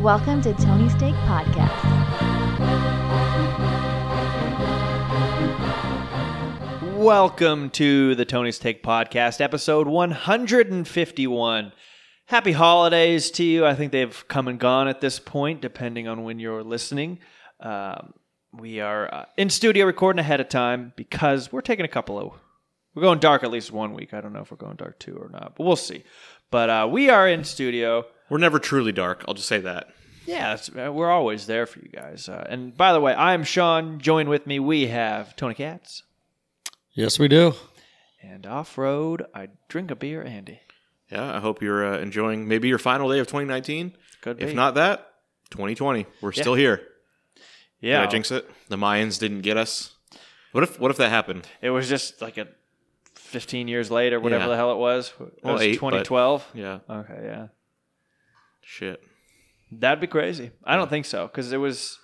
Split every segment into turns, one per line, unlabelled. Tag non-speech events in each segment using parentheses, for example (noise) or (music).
Welcome to Tony Steak Podcast.
Welcome to the Tony's Take Podcast, episode 151. Happy holidays to you. I think they've come and gone at this point, depending on when you're listening. Um, we are uh, in studio recording ahead of time because we're taking a couple of. We're going dark at least one week. I don't know if we're going dark two or not, but we'll see. But uh, we are in studio.
We're never truly dark. I'll just say that.
Yeah, it's, uh, we're always there for you guys. Uh, and by the way, I'm Sean. Join with me. We have Tony Katz.
Yes, we do.
And off road, I drink a beer, Andy.
Yeah, I hope you're uh, enjoying maybe your final day of 2019.
Could
If
be.
not that, 2020. We're
Yeah.
still here.
yeah,
Did I jinx it? The Mayans didn't get us. What if what if that happened?
it was just like a 15 years later, whatever
Yeah.
the hell it was. It
Well,
was
eight, but-
2012.
Yeah.
Okay, yeah,
Shit.
that'd be crazy. I don't think so because it was.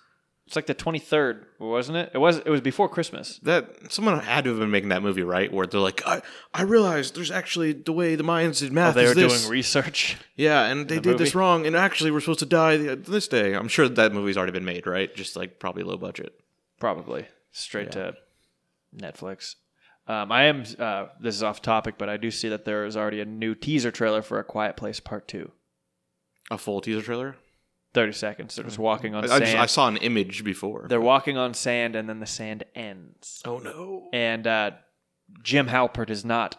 It's like the 23rd, wasn't it? It was. It was before Christmas.
That someone had to have been making that movie, right? Where they're like, I, I realized there's actually the way the Mayans did math.
Oh, they
is
were
this.
doing research. (laughs)
yeah, and they
the
did this
movie.
wrong, and actually we're supposed to die the, this day. I'm sure that movie's already been made, right? Just like probably low budget.
probably straight to Netflix. Um, I am. Uh, this is off topic, but I do see that there is already a new teaser trailer for A Quiet Place Part Two.
A full teaser trailer.
30 seconds. They're just walking
I,
on
I
sand.
just, I saw an image before.
They're walking on sand, and then the sand ends.
oh no.
And uh, Jim Halpert is not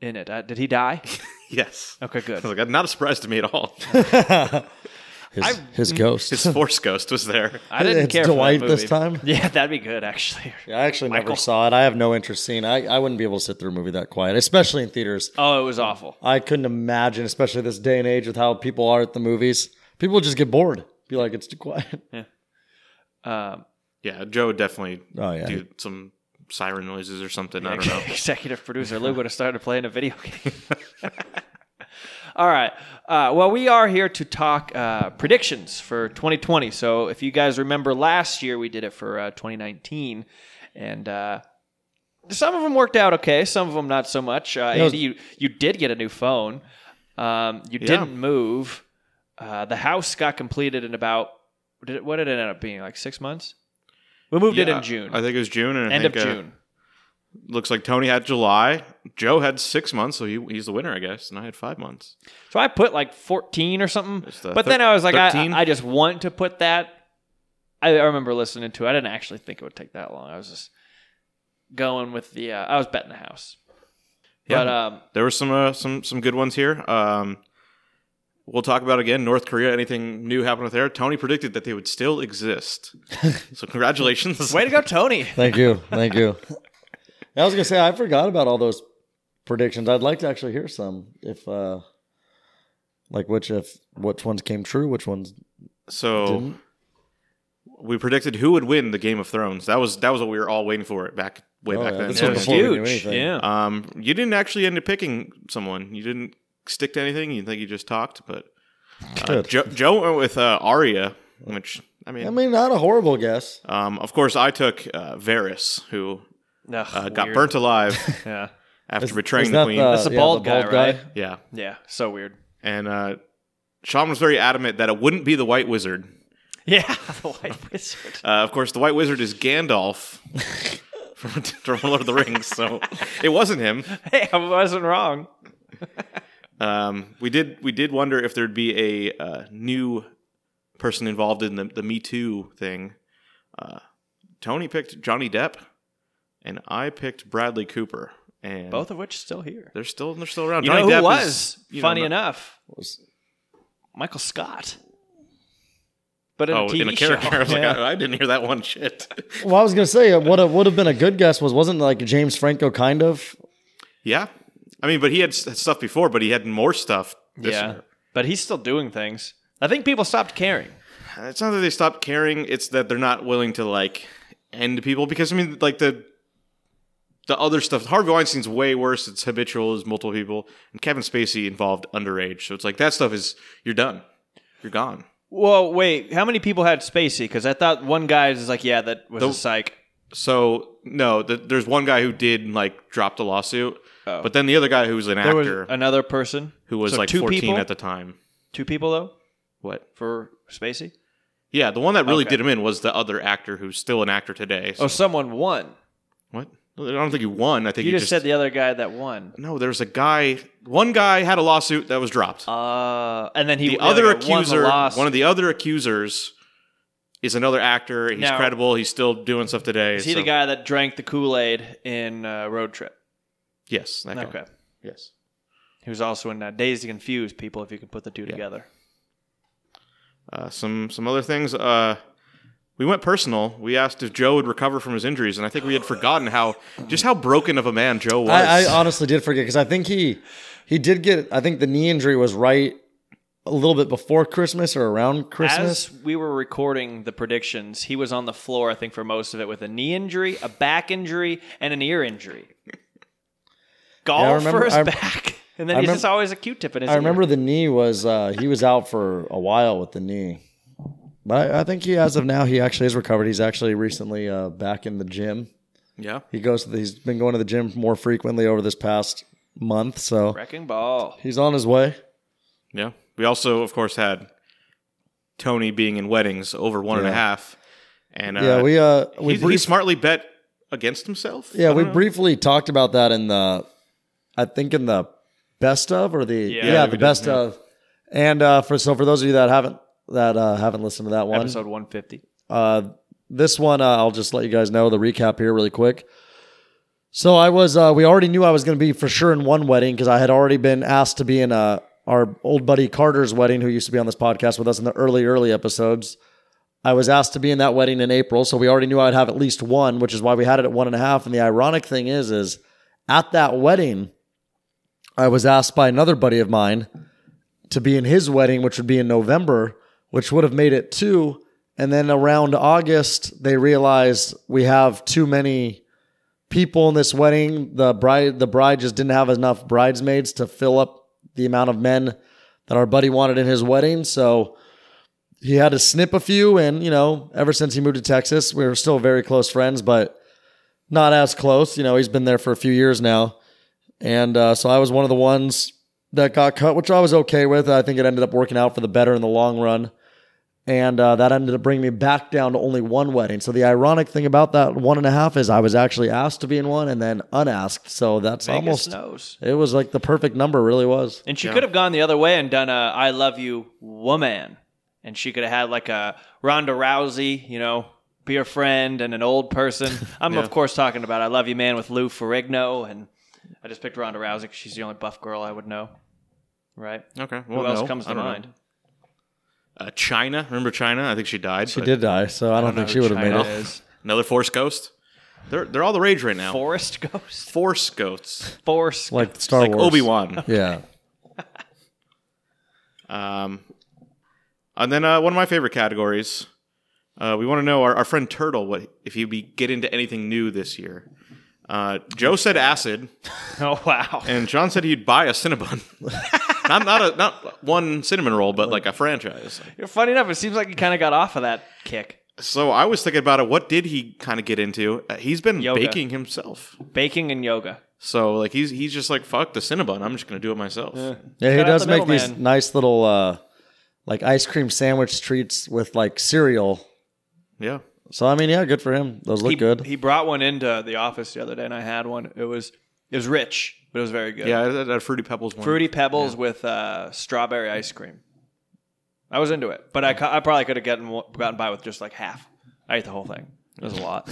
in it. Uh, did he
(laughs)
die?
Yes.
Okay,
I
good.
was like, not a surprise to me at all. (laughs)
His,
I-
his ghost. (laughs)
His force ghost was there.
I didn't
It's
care
Dwight
for that movie.
this time?
(laughs) Yeah, that'd be good actually.
I actually
Michael.
never saw it. I have no interest seeing. I I wouldn't be able to sit through a movie that quiet, especially in theaters.
Oh, it was awful.
I couldn't imagine, especially this day and age, with how people are at the movies. People just get bored. Be like, it's too quiet. (laughs)
Um,
Yeah, Joe would definitely
Oh yeah,
do some siren noises or something. I don't know.
(laughs) executive producer Lou would have started playing a video game. (laughs) All right. Uh, well, we are here to talk uh, predictions for 2020. So, if you guys remember last year, we did it for uh, 2019, and uh, some of them worked out okay. Some of them not so much. Uh,
It was-
Andy, you, you did get a new phone. Um, you
Yeah.
didn't move. Uh, the house got completed in about did it, what did it end up being like six months? We moved it
Yeah,
in June,
I think it was June. And I
end of
think, uh,
June.
looks like Tony had July. Joe had six months, so he, he's the winner, I guess. And I had five months.
So I put like 14 or something.
It's the
But
thir-
then I was like, I,
13?
I just want to put that. I, I remember listening to it. I didn't actually think it would take that long. I was just going with the. Uh, I was betting the house.
Yeah.
But um,
There were some uh, some some good ones here. Um, we'll talk about again North Korea. Anything new happened with there? Tony predicted that they would still
(laughs)
exist. so congratulations.
way to go,
(laughs)
Tony.
thank you, thank you. I was gonna say I forgot about all those predictions. I'd like to actually hear some. If uh, like which if which ones came true, which ones
So
didn't.
we predicted who would win the Game of Thrones. That was that was what we were all waiting for it back way
Oh,
back
yeah,
then.
this
It
one
was
before we knew
huge.
anything.
Yeah.
Um, you didn't actually end up picking someone. You didn't stick to anything. You think you just talked, but uh,
Good.
Joe, Joe went with uh, Arya, which I mean,
I mean, not a horrible guess.
um, of course, I took uh, Varys, who
Ugh,
uh, got
weird.
burnt
(laughs)
alive
Yeah.
after
Is-
betraying
is
the
that
queen.
That's a bald guy, right?
yeah,
Yeah. So weird. (laughs)
and uh, Sean was very adamant that it wouldn't be the White Wizard.
Yeah. The White
(laughs)
Wizard.
Uh, of course, the White Wizard is
(laughs)
Gandalf. From, (laughs) from Lord of the Rings, so it wasn't him.
Hey, I wasn't wrong.
Um, we did we did wonder if there'd be a uh, new person involved in the the Me Too thing. Uh, Tony picked Johnny Depp, and I picked Bradley Cooper. And
Both of which still here.
they're still they're still around.
You
Johnny
know who
Depp
was?
is, you know,
funny
not-
enough,
Was-
Michael Scott. But in a
Oh,
TV
in a character, (laughs)
show.
I was like,
Yeah.
I, I didn't hear that one shit. (laughs)
Well, I was gonna say uh, what would have been a good guess was wasn't like James Franco kind of.
yeah, I mean, but he had s- stuff before, but he had more stuff. This
yeah,
year.
but he's still doing things. I think people stopped caring.
It's not that they stopped caring; it's that they're not willing to like end people because I mean, like the the other stuff. Harvey Weinstein's way worse. It's habitual. It's multiple people, and Kevin Spacey involved underage. So it's like that stuff is you're done, you're gone.
Well, wait, how many people had Spacey? Because I thought one guy is like, yeah, that was a
The-
psych.
So no, th- there's one guy who did like drop the lawsuit,
Oh.
but then the other guy who was an
There was
actor
another person
who was
so
like
two
14
people?
at the time.
Two people though
What?
for Spacey?
Yeah, the one that really
Okay.
did him in was the other actor who's still an actor today. So.
Oh, someone won.
What? I don't think he won. I think
You,
he
just, said the other guy that won.
no. There's a guy. One guy had a lawsuit that was dropped.
Uh, and then he
the other
like, won
accuser,
the loss.
one of the other accusers, is another actor. He's
Now-
credible. He's still doing stuff today.
Is he
so-
the guy that drank the Kool Aid in uh, Road Trip?
Yes. That guy.
Okay.
Yes.
He was also in uh, Days to Confuse people, if you can put the two together.
Uh, some some other things. Uh, we went personal. We asked if Joe would recover from his injuries, and I think we had forgotten how just how broken of a man Joe was.
I, I
uh,
honestly did forget because I think he he did get. I think the knee injury was right a little bit before Christmas or around Christmas.
As we were recording the predictions, he was on the floor, I think, for most of it with a knee injury, a back injury, and an ear injury.
(laughs)
Golf
remember-
for his
I-
back. And then
I
he's
remem-
just always a Q-tip in his
I
ear.
remember the knee was uh, he was out for a while with the knee, but I, I think he as of now he actually has recovered. He's actually recently uh, back in the gym.
yeah.
He goes. To the, he's been going to the gym more frequently over this past month, so
Wrecking ball.
he's on his way.
Yeah. We also, of course, had Tony being in weddings over one and a
Yeah.
half, and uh,
yeah, we uh we
he, he
brief-
smartly bet against himself. I
yeah
don't
we
know.
briefly talked about that in the, I think in the best of or the yeah,
we
the
did,
best
yeah.
of, and uh, for so for those of you that haven't that uh, haven't listened to that one
Episode 150.
Uh, this one, uh, I'll just let you guys know the recap here really quick. So I was, uh, we already knew I was going to be for sure in one wedding because I had already been asked to be in uh, our old buddy Carter's wedding, who used to be on this podcast with us in the early, early episodes. I was asked to be in that wedding in April, so we already knew I'd have at least one, which is why we had it at one and a half. And the ironic thing is, is at that wedding, I was asked by another buddy of mine to be in his wedding, which would be in November, which would have made it two. And then around August, they realized we have too many people in this wedding. The bride, the bride just didn't have enough bridesmaids to fill up the amount of men that our buddy wanted in his wedding. So he had to snip a few. And you know, ever since he moved to Texas, we were still very close friends, but not as close. You know, he's been there for a few years now, and uh, so I was one of the ones that got cut, which I was okay with. I think it ended up working out for the better in the long run. And uh, that ended up bringing me back down to only one wedding. So the ironic thing about that one and a half is I was actually asked to be in one and then unasked. So that's
Vegas
almost
knows.
it was like the perfect number, really was.
And she
Yeah.
could have gone the other way and done a "I love you, woman," and she could have had like a Ronda Rousey, you know, be a friend and an old person.
(laughs)
I'm
Yeah.
of course talking about "I Love You, Man" with Lou Ferrigno, and I just picked Ronda Rousey because she's the only buff girl I would know. Right?
Okay.
Who
Well,
else
no,
comes
I
to
don't know.
mind?
Uh, China. Remember China? I think she died.
She
but-
did die, so I don't, think she would have made
China (laughs)
it.
is.
Another Force Ghost. They're they're all the rage right now.
Forest Ghost.
Force Ghosts.
Forest. Like
Like Star
Like
Wars.
Obi Wan.
(laughs)
Yeah.
(laughs) Um, and then uh, one of my favorite categories. Uh, we want to know our, our friend Turtle what if he'd be get into anything new this year. Uh, Joe said acid,
(laughs) oh wow.
and John said he'd buy a Cinnabon. (laughs) not not a not one cinnamon roll, but like a franchise.
Funny enough, it seems like he kind of got off of that kick.
So I was thinking about it. What did he kind of get into? Uh, he's been
Yoga.
baking himself.
Baking and yoga.
So like he's he's just like fuck the Cinnabon. I'm just gonna do it myself.
Yeah, he
Cut out
does
the
make these
middleman.
nice little uh like ice cream sandwich treats with like cereal.
Yeah.
So I mean, yeah, good for him. Those look
he,
good.
He brought one into the office the other day, and I had one. It was it was rich, but it was very good.
Yeah, I- I had a Fruity Pebbles one.
fruity pebbles with uh, strawberry ice cream. I was into it, but I, ca- I probably could have gotten wa- gotten by with just like half. I ate the whole thing. It was a lot.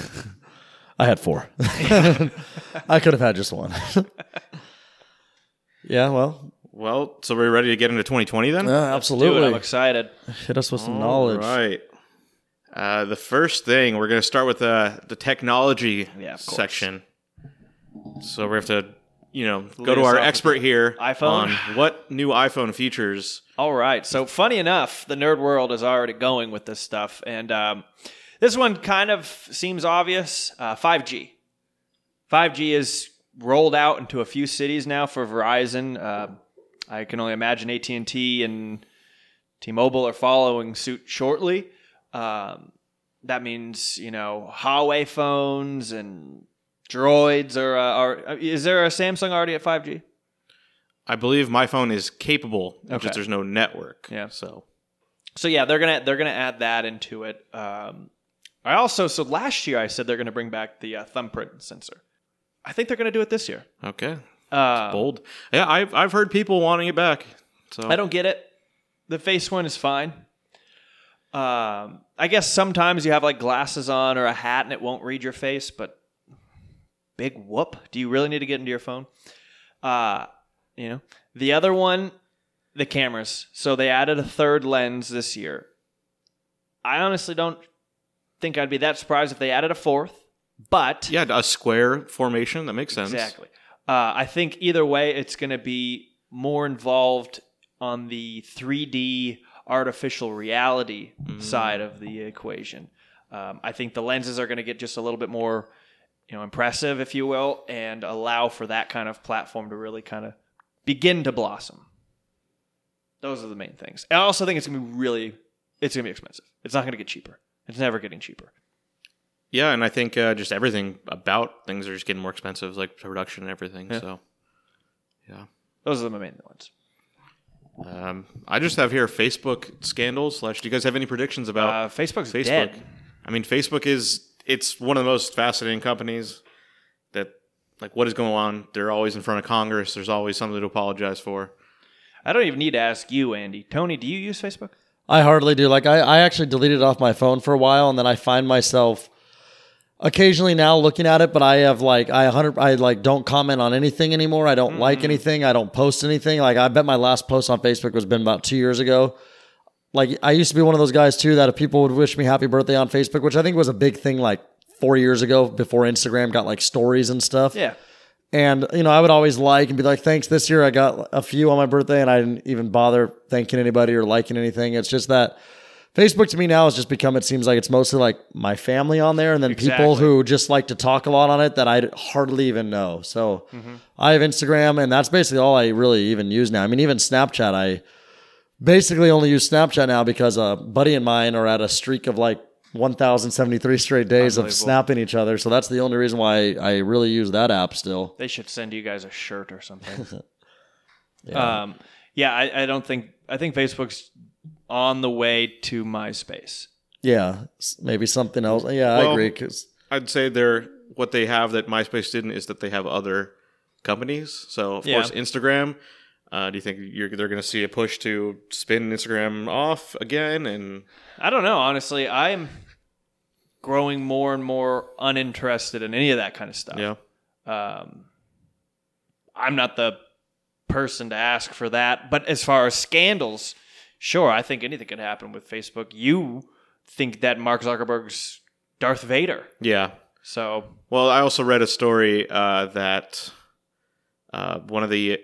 I had four. (laughs) I could have had just one. (laughs) yeah, well,
Well, so we're ready to get into 2020 then?
yeah,
Dude,
(laughs) absolutely.
I'm excited.
Hit us with some knowledge.
All right. Uh, the first thing we're going to start with uh, the technology
Yeah, of course.
section. So we have to, you know, go
Lead
to
us
our
off
expert here
iPhone.
on what new iPhone features.
All right. So funny enough, the nerd world is already going with this stuff, and um, this one kind of seems obvious. Uh, 5G. 5G is rolled out into a few cities now for Verizon. Uh, I can only imagine AT and T and T-Mobile are following suit shortly. Um, that means you know Huawei phones and droids are, uh, are. Is there a Samsung already at 5G?
I believe my phone is capable, it's
Okay.
just there's no network.
Yeah.
So
So yeah, they're gonna they're gonna add that into it. Um, I also so last year I said they're gonna bring back the uh, thumbprint sensor. I think they're gonna do it this year.
Okay.
Uh,
Bold. Yeah, I've I've heard people wanting it back. So
I don't get it. The face one is fine. Um, I guess sometimes you have like glasses on or a hat and it won't read your face, but big whoop. Do you really need to get into your phone? Uh, you know, the other one, the cameras. So they added a third lens this year. I honestly don't think I'd be that surprised if they added a fourth, but
Yeah, a square formation that makes sense.
Exactly. Uh, I think either way, it's going to be more involved on the 3D artificial reality side of the equation. Um, I think the lenses are going to get just a little bit more, you know, impressive, if you will, and allow for that kind of platform to really kind of begin to blossom. Those are the main things. I also think it's going to be really, it's going to be expensive. It's not going to get cheaper. It's never getting cheaper.
Yeah, and I think uh, just everything about things are just getting more expensive, like production and everything.
Yeah.
So, yeah.
Those are the main ones.
Um, I just have here Facebook scandals. Slash, do you guys have any predictions about
Uh, Facebook's
Facebook?
dead.
I mean, Facebook is it's one of the most fascinating companies. That like what is going on? They're always in front of Congress. There's always something to apologize for.
I don't even need to ask you, Andy. Tony, do you use Facebook?
I hardly do. Like I, I actually deleted it off my phone for a while, and then I find myself occasionally now looking at it. But I have like I hundred I like don't comment on anything anymore. I don't like anything. I don't post anything. Like I bet my last post on Facebook was been about two years ago. Like I used to be one of those guys too that if people would wish me happy birthday on Facebook, which I think was a big thing like four years ago before Instagram got like stories and stuff.
Yeah.
And you know, I would always like and be like, "Thanks." This year, I got a few on my birthday, and I didn't even bother thanking anybody or liking anything. It's just that Facebook to me now has just become. It seems like it's mostly like my family on there, and then people
Exactly.
who just like to talk a lot on it that I hardly even know. So
Mm-hmm.
I have Instagram, and that's basically all I really even use now. I mean, even Snapchat, I basically only use Snapchat now because a buddy and mine are at a streak of like 1,073 straight days of
Unbelievable.
snapping each other. So that's the only reason why I really use that app still.
They should send you guys a shirt or something. (laughs) yeah. Um, yeah, I, I don't think I think Facebook's on the way to MySpace.
Yeah, s- maybe something else. Yeah, I
Well-
agree. Cause
I'd say they're what they have that MySpace didn't is that they have other companies. So of
Yeah.
course, Instagram. Uh, do you think you're, they're going to see a push to spin Instagram off again? And
I don't know, honestly. I'm growing more and more uninterested in any of that kind of stuff.
yeah,
Um, I'm not the person to ask for that. But as far as scandals, sure, I think anything could happen with Facebook. You think that Mark Zuckerberg's Darth Vader.
yeah.
So
Well, I also read a story uh, that uh, one of the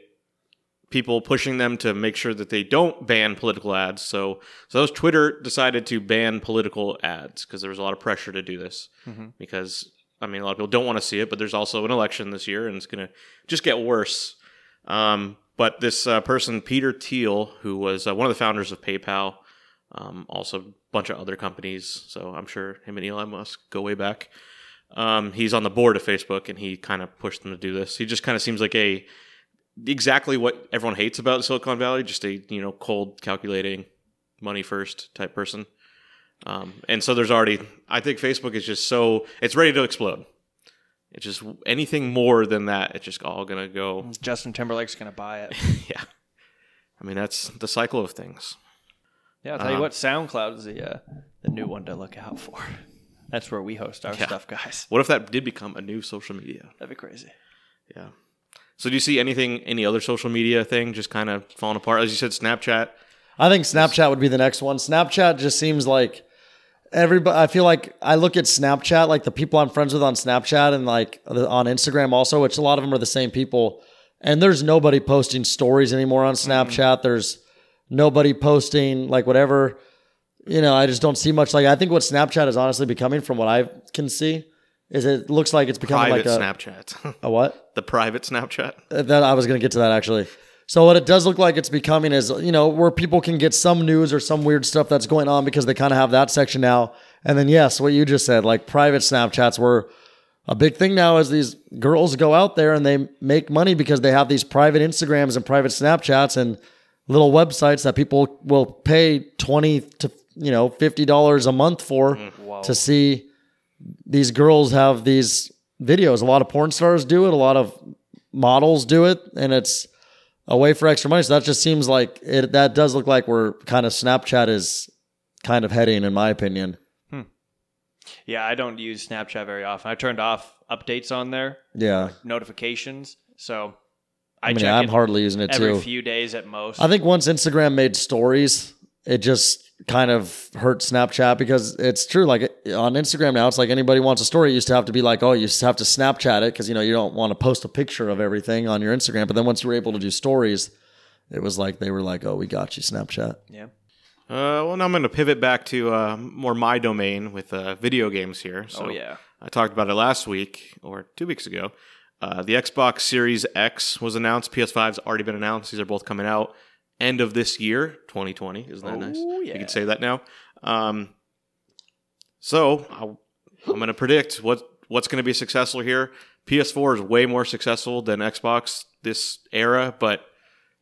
people pushing them to make sure that they don't ban political ads. So, so those Twitter decided to ban political ads because there was a lot of pressure to do this.
Mhm.
Because I mean, a lot of people don't want to see it, but there's also an election this year, and it's going to just get worse. Um, but this uh, person, Peter Thiel, who was uh, one of the founders of PayPal, um, also a bunch of other companies. So I'm sure him and Elon Musk go way back. Um, he's on the board of Facebook, and he kind of pushed them to do this. He just kind of seems like a exactly what everyone hates about Silicon Valley, just a you know cold, calculating, money first type person. Um, and so there's already, I think Facebook is just so it's ready to explode. It's just anything more than that, it's just all gonna go.
Justin Timberlake's going to buy it.
(laughs) Yeah, I mean that's the cycle of things.
Yeah, I'll tell you
Um,
what, SoundCloud is the uh, the new one to look out for. That's where we host our
Yeah.
stuff, guys.
What if that did become a new social media?
That'd be crazy.
Yeah. So do you see anything, any other social media thing just kind of falling apart? As you said, Snapchat.
I think Snapchat would be the next one. Snapchat just seems like everybody. I feel like I look at Snapchat, like the people I'm friends with on Snapchat and like the- on Instagram also, which a lot of them are the same people. And there's nobody posting stories anymore
Mm.
on Snapchat. There's nobody posting like whatever. You know, I just don't see much. Like I think what Snapchat is honestly becoming, from what I can see, is it looks like it's becoming
Private
like a,
Snapchat. (laughs)
a what?
the private Snapchat.
that I was going to get to that actually. So what it does look like it's becoming is you know where people can get some news or some weird stuff that's going on because they kind of have that section now. And then yes, what you just said, like private Snapchats, were a big thing now is these girls go out there and they make money because they have these private Instagrams and private Snapchats and little websites that people will pay 20 to you know $50 a month for to see these girls have these videos a lot of porn stars do it a lot of models do it and it's a way for extra money so that just seems like it that does look like we're kind of snapchat is kind of heading in my opinion
Yeah, I don't use Snapchat very often. I turned off updates on there,
yeah
notifications. So I,
i, mean
check
i'm
it
hardly using it
every
too
few days at most.
I think once Instagram made stories, it just kind of hurt Snapchat because it's true. Like on Instagram now, it's like anybody wants a story. It used to have to be like, oh, you just have to Snapchat it because you know you don't want to post a picture of everything on your Instagram. But then once you were able to do stories, it was like they were like, oh, we got you, Snapchat.
yeah.
Uh, well, now I'm going to pivot back to uh, more my domain with uh, video games here. So
oh yeah.
I talked about it last week or two weeks ago. Uh, the Xbox Series X was announced. PS5's already been announced. These are both coming out end of this year, 2020. Isn't that
Oh,
nice?
yeah.
You can say that now. Um, so I'll, I'm going to predict what what's going to be successful here. PS4 is way more successful than Xbox this era, but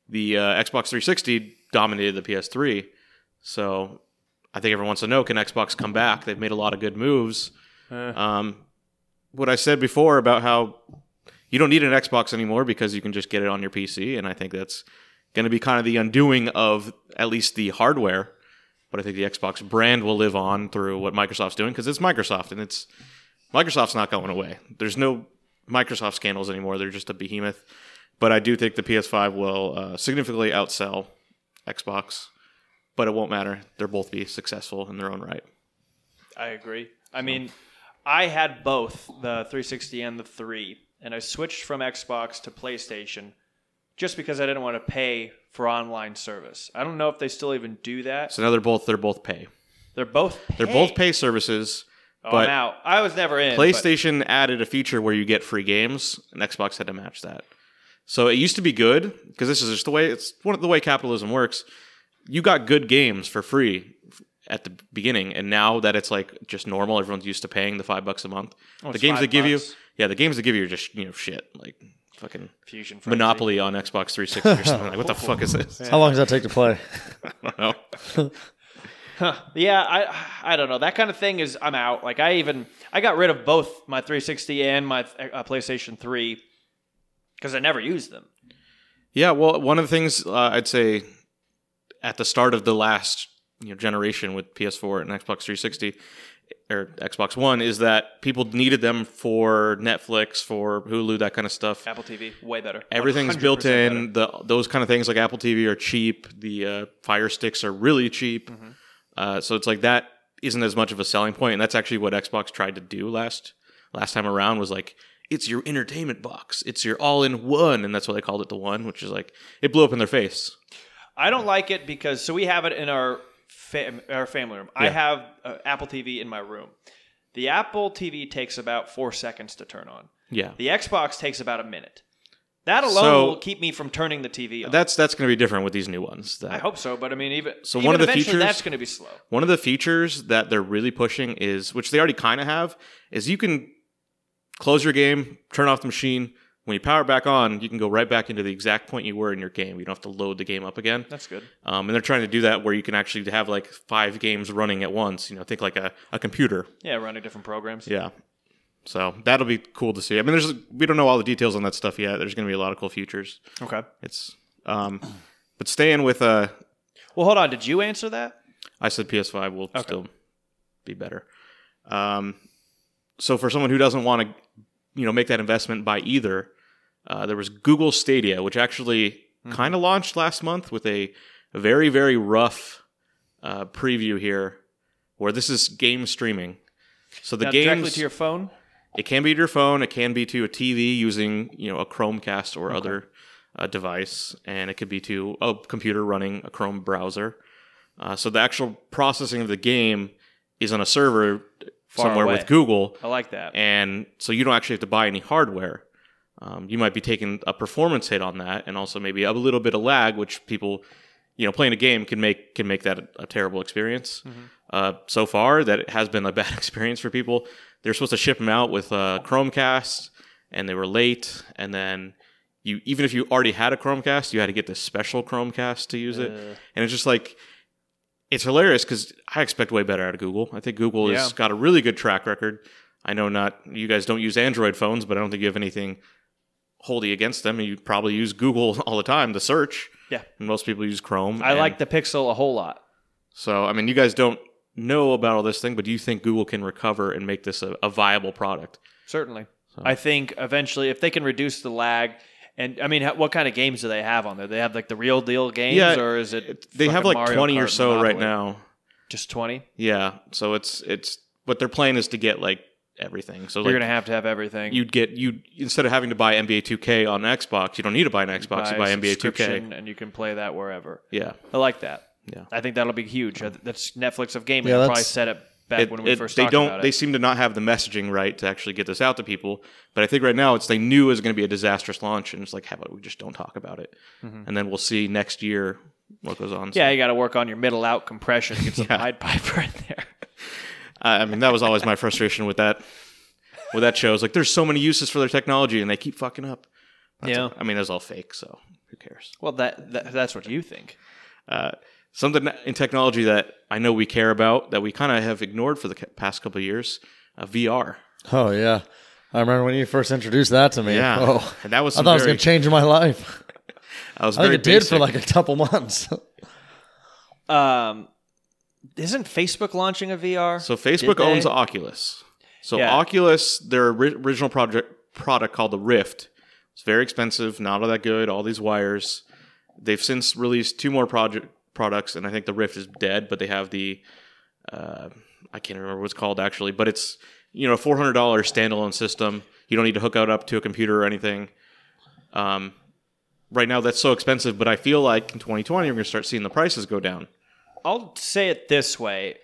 the uh, Xbox 360 dominated the PS3. So I think everyone wants to know can Xbox come back? They've made a lot of good moves.
Uh.
Um, what I said before about how you don't need an Xbox anymore because you can just get it on your PC, and I think that's going to be kind of the undoing of at least the hardware. But I think the Xbox brand will live on through what Microsoft's doing because it's Microsoft, and it's Microsoft's not going away. There's no Microsoft scandals anymore; they're just a behemoth. But I do think the PS5 will uh, significantly outsell Xbox, but it won't matter. They'll both be successful in their own right.
I agree. I mean, I had both the 360 and the 3, and I switched from Xbox to PlayStation just because I didn't want to pay for online service. I don't know if they still even do that.
So now they're both they're both pay.
They're both
They're both pay services,
Oh,
but
I'm out. I was never in. but-
PlayStation added a feature where you get free games, and Xbox had to match that. So it used to be good because this is just the way it's one of the way capitalism works. You got good games for free at the beginning, and now that it's like just normal, everyone's used to paying the five bucks a month. the
Oh, it's
games
five
they give
bucks.
you, yeah, the games they give you are just you know shit like fucking
Fusion Frenzy.
Monopoly on Xbox 360 or something. Like
(laughs)
what the fuck is this?
How long does that take to play?
I don't know.
Yeah, I I don't know. That kind of thing is I'm out. Like I even I got rid of both my 360 and my uh, PlayStation 3 because I never used them.
Yeah, well, one of the things uh, I'd say at the start of the last you know, generation with PS4 and Xbox 360 or Xbox One is that people needed them for Netflix, for Hulu, that kind of stuff.
Apple TV way better.
Everything's
100%
built
better.
in. The, those kind of things like Apple TV are cheap. The uh, Fire Sticks are really cheap. Uh, so it's like that isn't as much of a selling point, and that's actually what Xbox tried to do last last time around. Was like it's your entertainment box. It's your all in one, and that's why they called it the one, which is like it blew up in their face.
I don't like it because so we have it in our fam- our family room. I have uh, Apple TV in my room. The Apple TV takes about four seconds to turn on.
Yeah,
The Xbox takes about a minute. That alone
So-
will keep me from turning the TV on.
that's that's going to be different with these new ones. That
I hope so, but I mean, even
So
even
one of the
eventually
features-
that's going to be slow.
One of the features that they're really pushing is, which they already kind of have, is you can close your game, turn off the machine. When you power it back on, you can go right back into the exact point you were in your game. You don't have to load the game up again.
That's good.
Um, and they're trying to do that where you can actually have like five games running at once. You know, think like a, a computer.
Yeah, running different programs.
Yeah. So that'll be cool to see. I mean, there's we don't know all the details on that stuff yet. There's going to be a lot of cool features.
Okay.
It's, um, but staying with uh,
Well, hold on. Did you answer that?
I said PS5 will still be better. Um, so for someone who doesn't want to, you know, make that investment by either, uh, there was Google Stadia, which actually
Mm-hmm.
kind of launched last month with a very very rough uh, preview here, where this is game streaming. So the
Now,
games
directly to your phone.
it can be to your phone. It can be to a TV using you know a Chromecast or other uh, device, and it could be to a computer running a Chrome browser. Uh, so the actual processing of the game is on a server
Far
somewhere
away.
with Google,
I like that.
and so you don't actually have to buy any hardware. Um, you might be taking a performance hit on that, and also maybe a little bit of lag, which people, you know, playing a game can make can make that a, a terrible experience. Uh, so far, that it has been a (laughs) bad experience for people. They're supposed to ship them out with uh, Chromecast, and they were late, and then you even if you already had a Chromecast, you had to get this special Chromecast to use it,
Uh.
and it's just like it's hilarious because I expect way better out of Google. I think Google has
Yeah.
got a really good track record. I know not you guys don't use Android phones, but I don't think you have anything wholly against them. You probably use Google (laughs) all the time to search.
Yeah.
and most people use Chrome.
I
and-
like the Pixel a whole lot.
so, I mean, you guys don't know about all this thing, but do you think Google can recover and make this a, a viable product?
Certainly. I think eventually, if they can reduce the lag, and I mean, ha- what kind of games do they have on there? They have like the real deal games,
Yeah,
or is it?
They have
fucking
like
Mario
20 or
Kart
so right
Monopoly?
now.
Just 20?
Yeah. So it's it's what their plan is to get like everything. So
You're
like
going to have to have everything.
you'd get you instead of having to buy NBA 2K on Xbox, you don't need to buy an Xbox, you buy
a
NBA 2K.
subscription, And you can play that wherever.
Yeah.
I like that.
Yeah.
I think that'll be huge. I th- That's Netflix of gaming.
Yeah,
I
that's-
probably said it back
It-
when we
it-
first
they
talked
don't
about
they
it.
seem to not have the messaging right to actually get this out to people but i think right now it's they knew it was going to be a disastrous launch and it's like how about we just don't talk about it and then we'll see next year what goes on
Mm-hmm. Yeah, you got to work on your middle out compression. Get
(laughs)
some Pied Piper in there.
I, I mean, that was always my frustration with that with that show. It's like there's so many uses for their technology, and they keep fucking up. That's
Yeah.
all. I mean, that's all fake. So who cares?
Well, that, that that's what you think.
Uh, something in technology that I know we care about that we kind of have ignored for the ca- past couple of years, uh, VR.
Oh yeah, I remember when you first introduced that to me.
Yeah,
Oh,
and that was
I
some
thought it was
very-
gonna change my life.
I was
I think
very
it did for
basic.
like a couple months. (laughs)
Um, isn't Facebook launching a VR?
So Facebook
Did they?
owns Oculus. So
Yeah.
Oculus, their ori- original project product called the Rift. It's very expensive, not all that good. All these wires. They've since released two more project products, and I think the Rift is dead. But they have the uh, I can't remember what it's called actually, but it's you know a four hundred dollar standalone system. You don't need to hook it up to a computer or anything. Um, right now that's so expensive, but I feel like in 2020 we're going to start seeing the prices go down.
I'll say it this way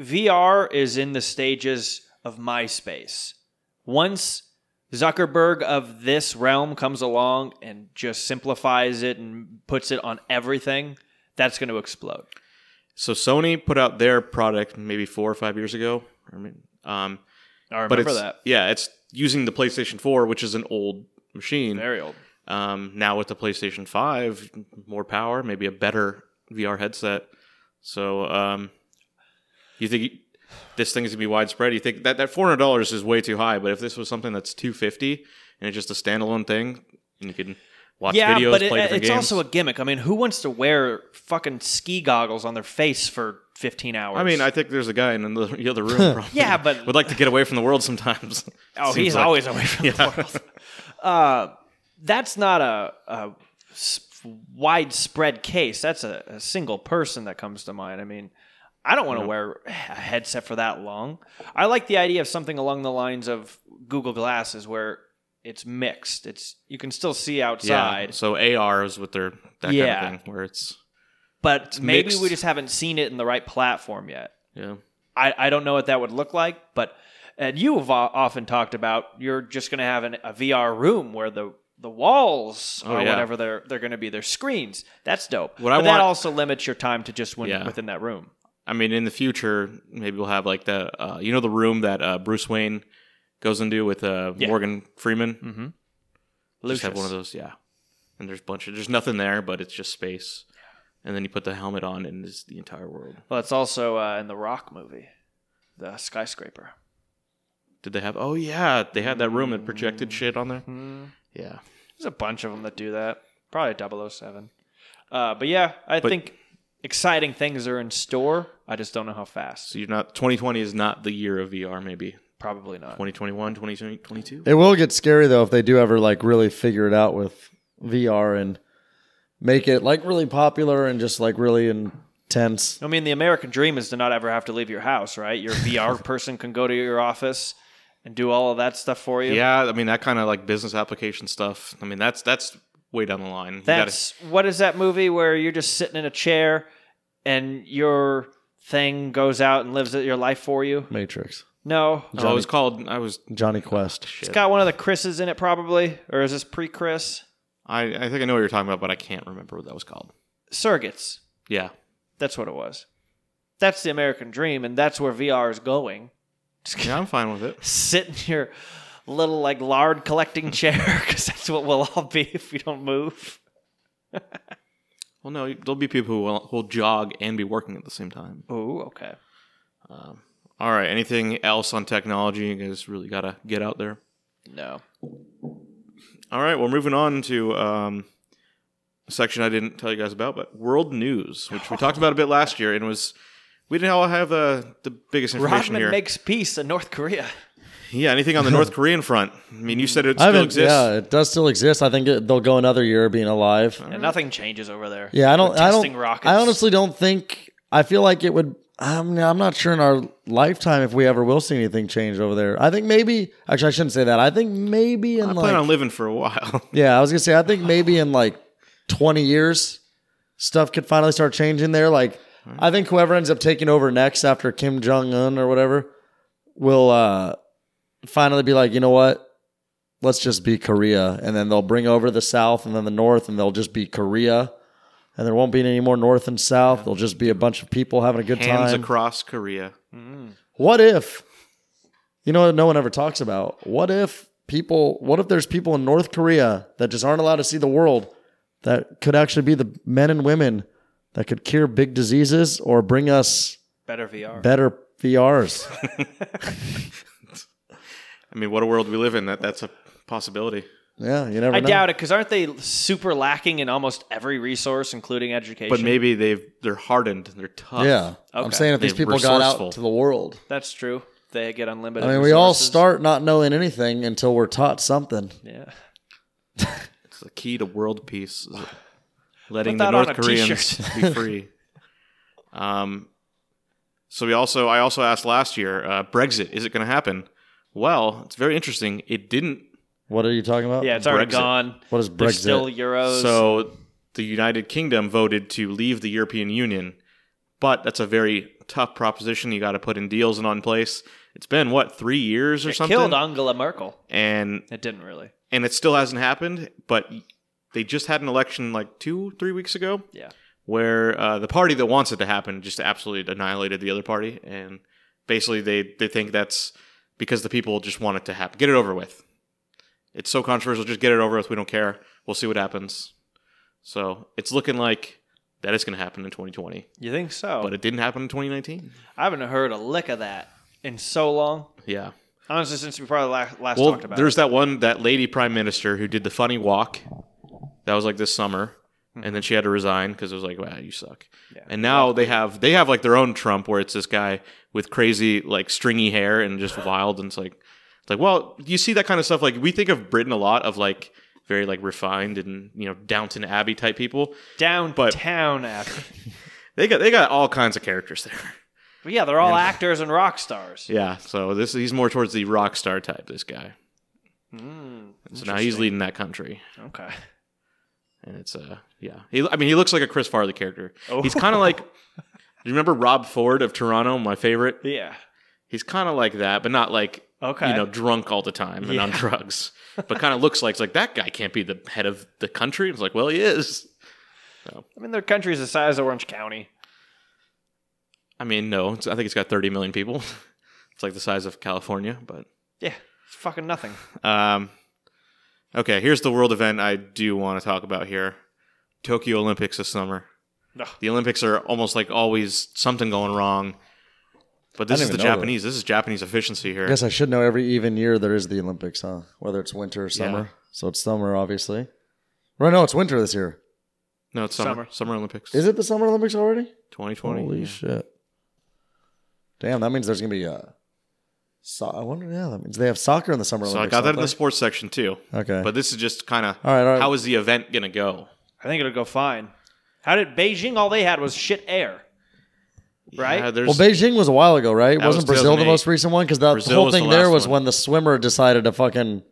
VR is in the stages of MySpace. Once Zuckerberg of this realm comes along and just simplifies it and puts it on everything, that's going to explode.
So Sony put out their product maybe four or five years ago. I mean, um,
I
but
remember
it's
that.
yeah, it's using the PlayStation 4, which is an old machine.
Very old.
Um, now with the PlayStation 5, more power, maybe a better VR headset. So, um, you think this thing is gonna be widespread? You think that that four hundred dollars is way too high? But if this was something that's two fifty and it's just a standalone thing, and you can watch
yeah,
videos,
but
play
it,
different
it's
games.
also a gimmick. I mean, who wants to wear fucking ski goggles on their face for 15 hours?
I mean, I think there's a guy in the the other room. Probably,
Yeah, but-
would like to get away from the world sometimes.
(laughs) Oh,
Seems
he's
like-
always
(laughs)
away from the world. Uh, that's not a, a s- widespread case. That's a, a single person that comes to mind. I mean, I don't want to wear a headset for that long. I like the idea of something along the lines of Google Glasses, where it's mixed. It's you can still see outside,
Yeah, so AR is what they're that
Yeah.
kind of thing where it's
but maybe we
mixed.
just haven't seen it in the right platform yet.
yeah.
I, I don't know what that would look like, but and you have o- often talked about you're just going to have an, a VR room where the the walls
Oh,
or
yeah.
whatever they're they're going to be their screens. That's dope.
What I
but that
want-
also limits your time to just when,
Yeah.
within that room.
I mean, in the future, maybe we'll have like the uh, you know the room that uh, Bruce Wayne goes into with uh,
Yeah.
Morgan Freeman.
Mm-hmm.
Just have one of those, yeah. And there's a bunch of there's nothing there, but it's just space. And then you put the helmet on, and it's the entire world.
Well, it's also uh, in the Rock movie, the skyscraper.
Did they have? Oh yeah, they had that room that projected shit on there. Yeah,
There's a bunch of them that do that. Probably 007. Uh, but yeah, I
But-
think exciting things are in store. I just don't know how fast.
so you're not 2020 is not the year of VR. Maybe
Probably not.
2021, 2022.
It will get scary though if they do ever like really figure it out with VR and make it like really popular and just like really intense.
I mean, the American dream is to not ever have to leave your house, right? Your
(laughs)
VR person can go to your office and do all of that stuff for you.
Yeah, I mean that kind of like business application stuff. I mean that's that's way down the line. You gotta-
That's what is that movie where you're just sitting in a chair and your thing goes out and lives your life for you?
Matrix,
No.
oh, it was called. I was.
Johnny Quest.
It's got one of the Chris's in it, probably. Or is this pre Chris?
I I think I know what you're talking about, but I can't remember what that was called.
Surrogates.
Yeah,
That's what it was. That's the American dream, and that's where VR is going.
yeah, I'm fine with it.
Sit in your little like lard collecting (laughs) chair because that's what we'll all be if we don't move.
Well, no, there'll be people who will, who'll jog and be working at the same time.
Oh, okay.
All right. Anything else on technology? You guys really gotta get out there.
No.
All right. Well, moving on to um, a section I didn't tell you guys about, but world news, which we talked about a bit last year, and was we didn't all have uh, the the biggest information
Rodman
here.
makes peace in North Korea.
yeah. Anything on the North Korean front? I mean, you said it
I
still
haven't.
exists.
Yeah, it does still exist. I think it, they'll go another year being alive.
And nothing changes over there.
Yeah, I don't.
They're
I
testing
don't.
rockets.
I honestly don't think. I feel like it would. I'm, I'm not sure in our lifetime if we ever will see anything change over there. I think maybe. Actually, I shouldn't say that. I think maybe in
I
like.
plan on living for a while.
yeah, I was gonna say. I think maybe in like 20 years, stuff could finally start changing there. Like, I think whoever ends up taking over next after Kim Jong Un or whatever will uh, finally be like, you know what? Let's just be Korea, and then they'll bring over the South and then the North, and they'll just be Korea, and there won't be any more North and South. There'll just be a bunch of people having a good
(laughs) Hands
time.
across Korea.
What if, you know, what no one ever talks about? What if people, what if there's people in North Korea that just aren't allowed to see the world that could actually be the men and women that could cure big diseases or bring us
Better VR.
better VRs?
I mean, what a world we live in. That that's a possibility.
yeah, you never
I
know.
doubt it because aren't they super lacking in almost every resource, including education?
But maybe they've they're hardened. They're tough.
Yeah. I'm
Okay.
saying if these
They're
people got
resourceful.
out to the world.
that's true. They get unlimited.
I mean, we all
resources.
start not knowing anything until we're taught something.
Yeah.
It's the key to world peace. is Letting
Put
the
that
North
on a
Koreans be
(laughs)
free. Um, so we also I also asked last year, uh, Brexit, is it going to happen? Well, it's very interesting. It didn't.
What are you talking about?
Yeah, it's already
Brexit.
gone.
What is
There's
Brexit?
still euros.
So the United Kingdom voted to leave the European Union, but that's a very tough proposition. You got to put in deals and on place. It's been what three years or
it
something,
killed Angela Merkel.
and
It didn't really.
and it still hasn't happened. But they just had an election like two, three weeks ago.
Yeah.
where uh, the party that wants it to happen just absolutely annihilated the other party, and basically they they think that's because the people just want it to happen. Get it over with. It's so controversial. Just get it over with. We don't care. We'll see what happens. So it's looking like that is going to happen in 2020,
You think so?
but it didn't happen in 2019.
I haven't heard a lick of that in so long.
Yeah.
Honestly, since we probably last, last
Well,
talked about
there's
it.
that one that lady prime minister who did the funny walk. That was like this summer, and then she had to resign because it was like, wow, you suck. And now they have they have like their own Trump where it's this guy with crazy like stringy hair and just wild, and it's like, it's like, well, you see that kind of stuff. Like we think of Britain a lot of like very like refined and you know Downton Abbey type people.
downtown after.
They got they got all kinds of characters there.
But yeah, they're all actors and rock stars.
Yeah, so this he's more towards the rock star type. This guy. so now he's leading that country.
Hmm, Okay.
and it's uh yeah. He, I mean, he looks like a Chris Farley character. (laughs)
Oh,
He's kind of like. Do you remember Rob Ford of Toronto, my favorite?
(laughs) Yeah.
He's kind of like that, but not like
Okay.
you know drunk all the time and on
Yeah. (laughs)
drugs. But kind of looks like it's like that guy can't be the head of the country. It's like, well, he is.
I mean, their country's the size of Orange County.
I mean, no, it's, I think it's got 30 million people. (laughs) It's like the size of California, but
Yeah, it's fucking nothing.
um, okay. Here's the world event I do want to talk about here: Tokyo Olympics this summer.
Ugh.
The Olympics are almost like always something going wrong. But this
I
is
didn't
the
even know that.
Japanese. This is Japanese efficiency here.
I guess I should know every even year there is the Olympics, huh? Whether it's winter or summer.
Yeah.
So it's summer, obviously. Right? No, it's winter this year.
no, it's summer.
Summer.
Summer, Olympics.
Is it the Summer Olympics already?
2020?
Holy
Yeah.
shit! Damn, that means there's gonna be a. So- I wonder. Yeah, that means they have soccer in the Summer
So I
Olympics.
got that in
don't
the sports section too.
they? Okay,
But
but
this is just kind of
All right, all right.
how is the event going to go?
I think it'll go fine. How did Beijing? All they had was shit air. Right?
Yeah,
well,
there's,
Beijing was a while ago, right?
That was
Wasn't Brazil the
2008.
most recent one? Because the
Brazil
whole
was the
thing there
last
was
one.
when the swimmer decided to fucking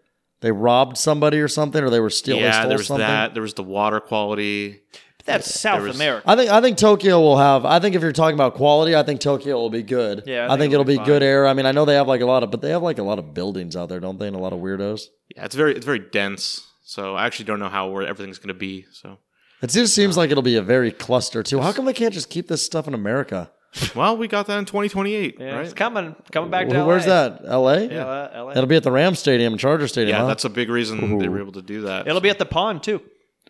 they robbed somebody or something, or they were stealing.
yeah,
stole
there was
something.
that. There was the water quality.
But that's South
was- (laughs)
America.
I think I think Tokyo will have. I think if you're talking about quality, I think Tokyo will be good.
Yeah, I
I
think
think,
it'll
it'll
be
be
fine.
good air. I mean, I know they have like a lot of, but they have like a lot of buildings out there, don't they? And a lot of weirdos.
Yeah, it's very it's very dense. So I actually don't know how where everything's going to be. So
Uh-huh.
It just seems like it'll be a very cluster too. How come they can't just keep this stuff in America?
Well, we got that in 2028,
Yeah,
right?
It's coming, coming back to
Wh-
LA.
Where's that? L.A.
Yeah, uh, LA.
That'll be at the Ram Stadium, Charger Stadium.
yeah,
huh?
that's a big reason they were able to do that.
It'll be at the pond too.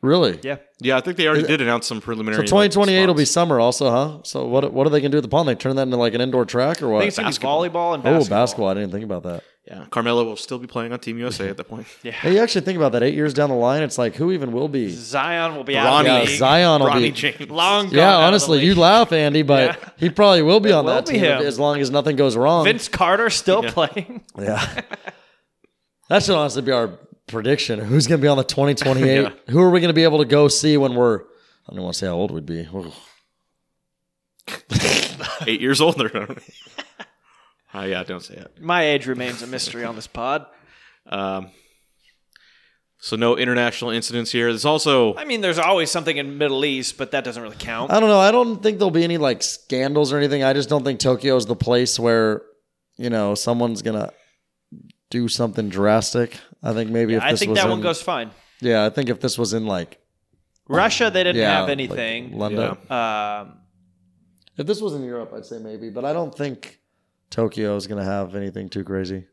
really.
Yeah,
yeah, I think they already did announce some preliminary.
So
like,
2028 will be
spots.
summer also, huh? So what what are they gonna do at the pond? They turn that into like an indoor track
I
or what?
think it's gonna be
basketball.
volleyball and
oh,
basketball.
basketball. I didn't think about that.
Yeah, Carmelo will still be playing on Team USA at
(laughs)
that point.
Hey, you actually think about that. Eight years down the line, it's like who even will be?
Zion will be out.
Ronnie,
of
Yeah,
the league.
Zion will
Ronnie
be.
James.
Long gone
Yeah,
out of the
honestly, you
league.
laugh, Andy, but (laughs) he probably will be on
will
that
be
team
him.
as long as nothing goes wrong.
Vince Carter still
Yeah.
playing. (laughs)
Yeah, that should honestly be our prediction. Who's gonna be on the 2028? Who are we gonna be able to go see when we're? I don't want to say how old we'd be. Ugh.
Eight
(laughs)
years older. Oh yeah, don't say it.
My age remains a mystery on this pod.
Um, so no international incidents here. There's also
I mean, there's always something in Middle East, but that doesn't really count.
I don't know. I don't think there'll be any like scandals or anything. I just don't think Tokyo is the place where, you know, someone's gonna do something drastic. I think maybe if
I
this
think
was
that
in,
one goes fine.
Yeah, I think if this was in like
Russia, they didn't
yeah,
have
like,
anything.
London.
um,
If this was in Europe, I'd say maybe, but I don't think Tokyo is gonna have anything too crazy.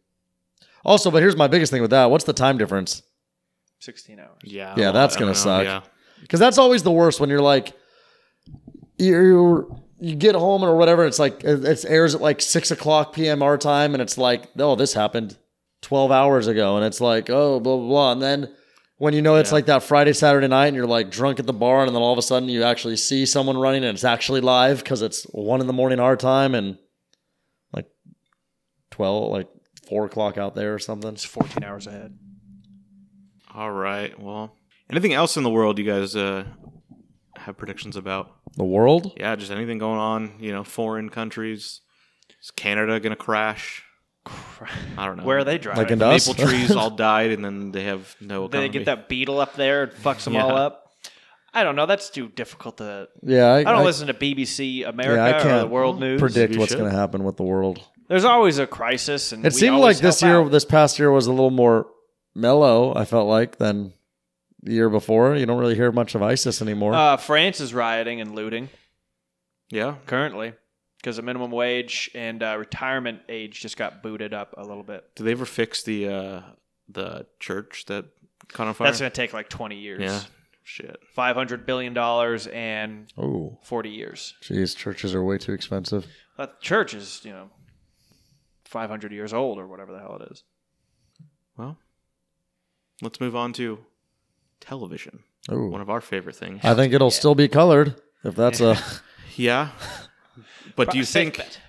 Also, but here's my biggest thing with that. What's the time difference?
16 hours.
yeah,
Yeah,
well,
that's
I don't
gonna suck.
Yeah.
Because that's always the worst when you're like, you're you get home or whatever. It's like it it's airs at like six o'clock p.m. our time, and it's like, oh, this happened twelve hours ago, and it's like, oh, blah blah blah. And then when you know it's like that Friday Saturday night, and you're like drunk at the bar, and then all of a sudden you actually see someone running, and it's actually live because it's one in the morning our time, and like twelve, like four o'clock out there or something.
It's 14 hours ahead. (laughs)
All right. Well, anything else in the world you guys uh, have predictions about?
The world.
Yeah, just anything going on. You know, foreign countries. Is Canada gonna crash? I don't know.
Where are they driving?
Like in
The
Us?
maple trees all died, and then they have no.
they
Economy.
get that beetle up there and fucks them
Yeah.
all up. I don't know. That's too difficult to.
Yeah,
I don't listen to BBC America
Yeah, I
or the
can't
World News.
predict
You
what's
should.
going to happen with the world.
There's always a crisis, and
It
we
seemed like
always
this
help
year,
out.
this past year was a little more mellow. I felt like than the year before. You don't really hear much of ISIS anymore.
Uh, France is rioting and looting
Yeah.
currently because the minimum wage and uh, retirement age just got booted up a little bit.
Did they ever fix the uh, the church that caught on fire?
That's going to take like 20 years.
yeah. Shit.
$500 billion and
oh,
40 years.
geez, churches are way too expensive.
But the church is, you know, 500 years old or whatever the hell it is.
Well, let's move on to television. One
Oh,
of our favorite things.
I think it'll still be colored if
(laughs)
that's (laughs) a.
yeah. But do you
Safe
think
bet.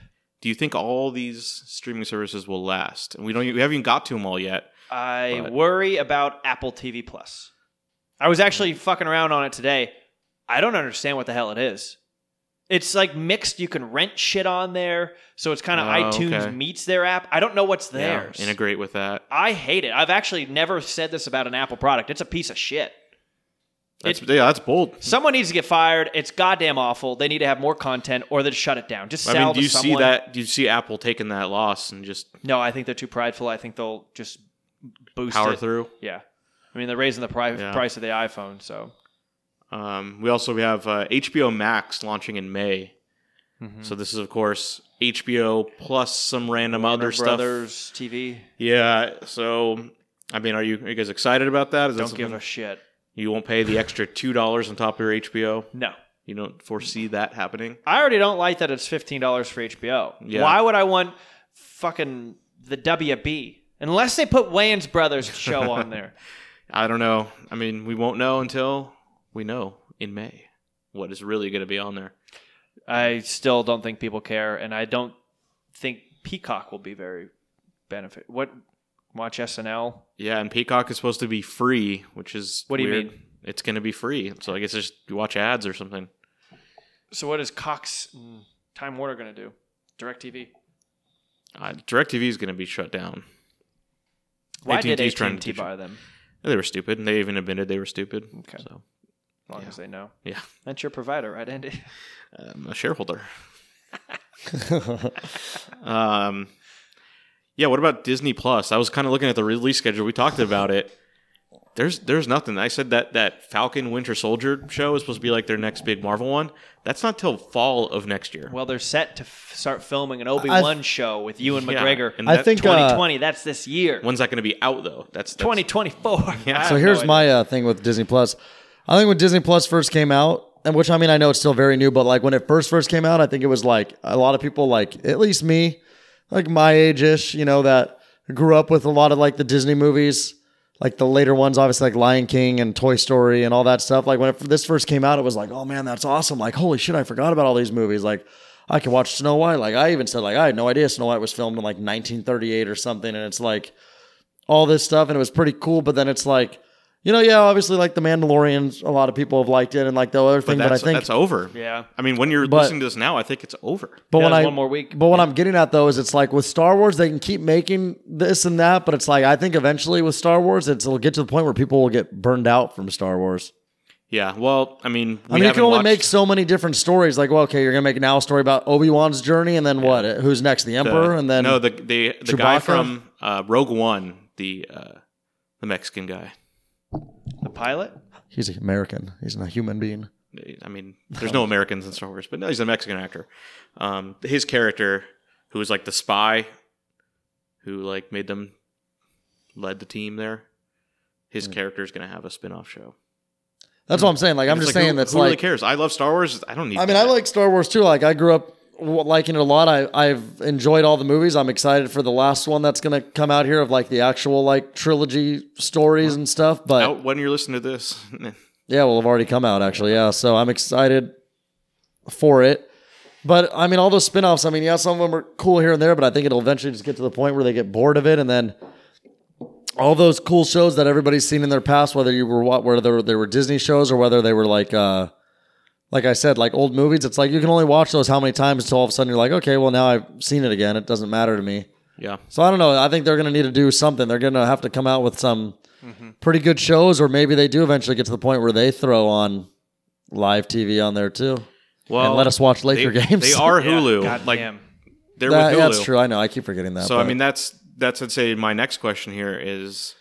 do you think all these streaming services will last? And we don't e, we haven't even got to them all yet.
I
But-
worry about Apple TV Plus. I was actually fucking around on it today. I don't understand what the hell it is. It's like mixed. You can rent shit on there, so it's kind of
Oh,
iTunes
okay.
meets their app. I don't know what's
Yeah,
theirs.
Integrate with that.
I hate it. I've actually never said this about an Apple product. It's a piece of shit.
That's yeah, that's bold.
Someone needs to get fired. It's goddamn awful. They need to have more content, or they shut it down. Just sell
I mean, do
to
you see
someone.
that? Do you see Apple taking that loss and just
No, I think they're too prideful. I think they'll just boost
power
it.
through?
Yeah, I mean they're raising the pri-
Yeah.
price of the iPhone, so
Um, we also we have uh, HBO Max launching in May.
Mm-hmm.
So this is of course HBO plus some random other
Warner
stuff.
Brothers TV.
Yeah. So I mean, are you are you guys excited about that? Is that
Don't give
something-
a shit.
you won't pay the extra two dollars on top of your HBO.
No,
You don't foresee that happening.
I already don't like that it's fifteen dollars for HBO.
Yeah.
Why would I want fucking the WB unless they put Wayans Brothers
(laughs)
show on there?
I don't know. I mean, we won't know until we know in May what is really going to be on there.
I still don't think people care, and I don't think Peacock will be very benefit. What watch SNL?
Yeah, and Peacock is supposed to be free, which is
What do you
weird.
mean?
It's going to be free, so I guess just you watch ads or something.
So what is Cox and Time Warner going to do? DirecTV.
Uh, Directv is going to be shut down.
Why did
AT&T's trying to
AT&T
teach it.
buy them?
They were stupid, and they even admitted they were stupid.
Okay.
So
As long as they know.
yeah,
That's your provider, right, Andy? (laughs)
um, a shareholder. um, yeah. What about Disney Plus? I was kind of looking at the release schedule. We talked about it, There's there's nothing. I said that that Falcon Winter Soldier show is supposed to be like their next big Marvel one. That's not till fall of next year.
Well, they're set to f- start filming an Obi Wan show with you and
Yeah,
McGregor.
and
I
that
think, uh,
2020. that's this year.
When's that going to be out though? That's, that's
2024.
Yeah.
So here's my uh, thing with Disney Plus. I think when Disney Plus first came out, and which I mean I know it's still very new, but like when it first first came out, I think it was like a lot of people, like at least me, like my age ish, you know, that grew up with a lot of like the Disney movies, like the later ones, obviously like Lion King and Toy Story and all that stuff. Like when it, this first came out, it was like, oh man, that's awesome! Like holy shit, I forgot about all these movies. Like I can watch Snow White. Like I even said, like I had no idea Snow White was filmed in like 1938 or something, and it's like all this stuff and it was pretty cool but then it's like you know yeah obviously like the mandalorians a lot of people have liked it and like the other
But
thing but,
that's,
i think
that's over.
Yeah.
I mean, when you're
But-
listening to this now, I think it's over.
but
Yeah,
when
there's
i
one more week.
but what i'm getting at though is it's like with star wars they can keep making this and that but it's like i think eventually with star wars it's, it'll get to the point where people will get burned out from star wars
Yeah. Well, I mean, we
I mean, you
haven't
can only
watched
make so many different stories. Like, well, okay, you're gonna make now a story about Obi Wan's journey, and then what? Who's next? The
the-
Emperor, and then
no, the the, the guy
Chewbacca?
from uh, Rogue One, the uh, the Mexican guy.
the pilot.
he's an American. He's not a human being.
I mean, there's
(laughs)
no Americans in Star Wars, but no, he's a Mexican actor. Um, his character, who was like the spy, who like made them, led the team there. His character is going to have a spin off show.
That's what I'm saying. Hmm. Like, I'm
It's
just
like, who-
saying that's
who really
like
cares. I love Star Wars. I don't need.
I mean, I
that.
like Star Wars too. Like, I grew up w- liking it a lot. I, I've enjoyed all the movies. I'm excited for the last one that's going to come out here of like the actual like trilogy stories and stuff. But
Out when you're listening to this. (laughs)
yeah, well, have already come out actually. Yeah, so I'm excited for it. But I mean, all those spin offs, I mean, yeah, some of them are cool here and there, but I think it'll eventually just get to the point where they get bored of it. And then all those cool shows that everybody's seen in their past, whether you were what, whether they were Disney shows or whether they were like, uh, like I said, like old movies, it's like you can only watch those how many times until all of a sudden you're like, okay, well, now I've seen it again. It doesn't matter to me.
yeah.
So I don't know. I think they're going to need to do something. They're going to have to come out with some pretty good shows, or maybe they do eventually get to the point where they throw on live TV on there too,
Well,
and let us watch
they,
Laker games.
They are Hulu.
God
like
damn.
they're
(laughs) That-
with Hulu.
that's true. I know. I keep forgetting that.
So I
but-
mean, that's that's I'd say my next question here is,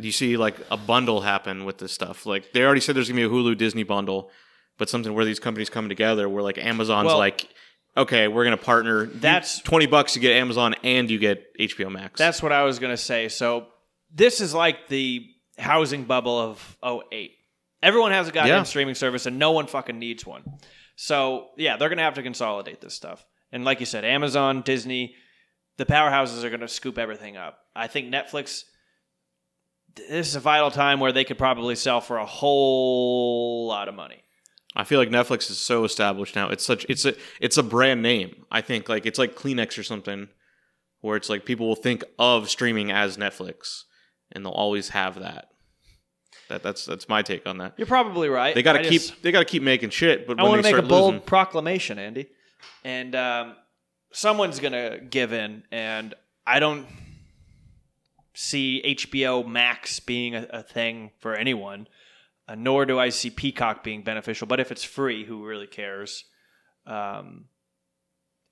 do you see like a bundle happen with this stuff? Like they already said there's gonna be a Hulu Disney bundle, but something where these companies come together, where like Amazon's
Well-
like, okay, we're gonna partner. You-
That's-
twenty bucks you get Amazon and you get HBO Max.
That's what I was going to say. So this is like the housing bubble of 08. Everyone has a goddamn
Yeah.
streaming service and no one fucking needs one. So, yeah, they're going to have to consolidate this stuff. And like you said, Amazon, Disney, the powerhouses are going to scoop everything up. I think Netflix this is a vital time where they could probably sell for a whole lot of money.
I feel like Netflix is so established now. It's such it's a it's a brand name. I think like it's like Kleenex or something, where it's like people will think of streaming as Netflix, and they'll always have that. That that's that's my take on that.
You're probably right.
They got to
I
keep
just-
they got to keep making shit. But
I
when
want
they
to make a
start
bold
losing,
proclamation, Andy, and um, someone's gonna give in, and I don't see HBO Max being a, a thing for anyone, uh, nor do I see Peacock being beneficial. But if it's free, who really cares? Um,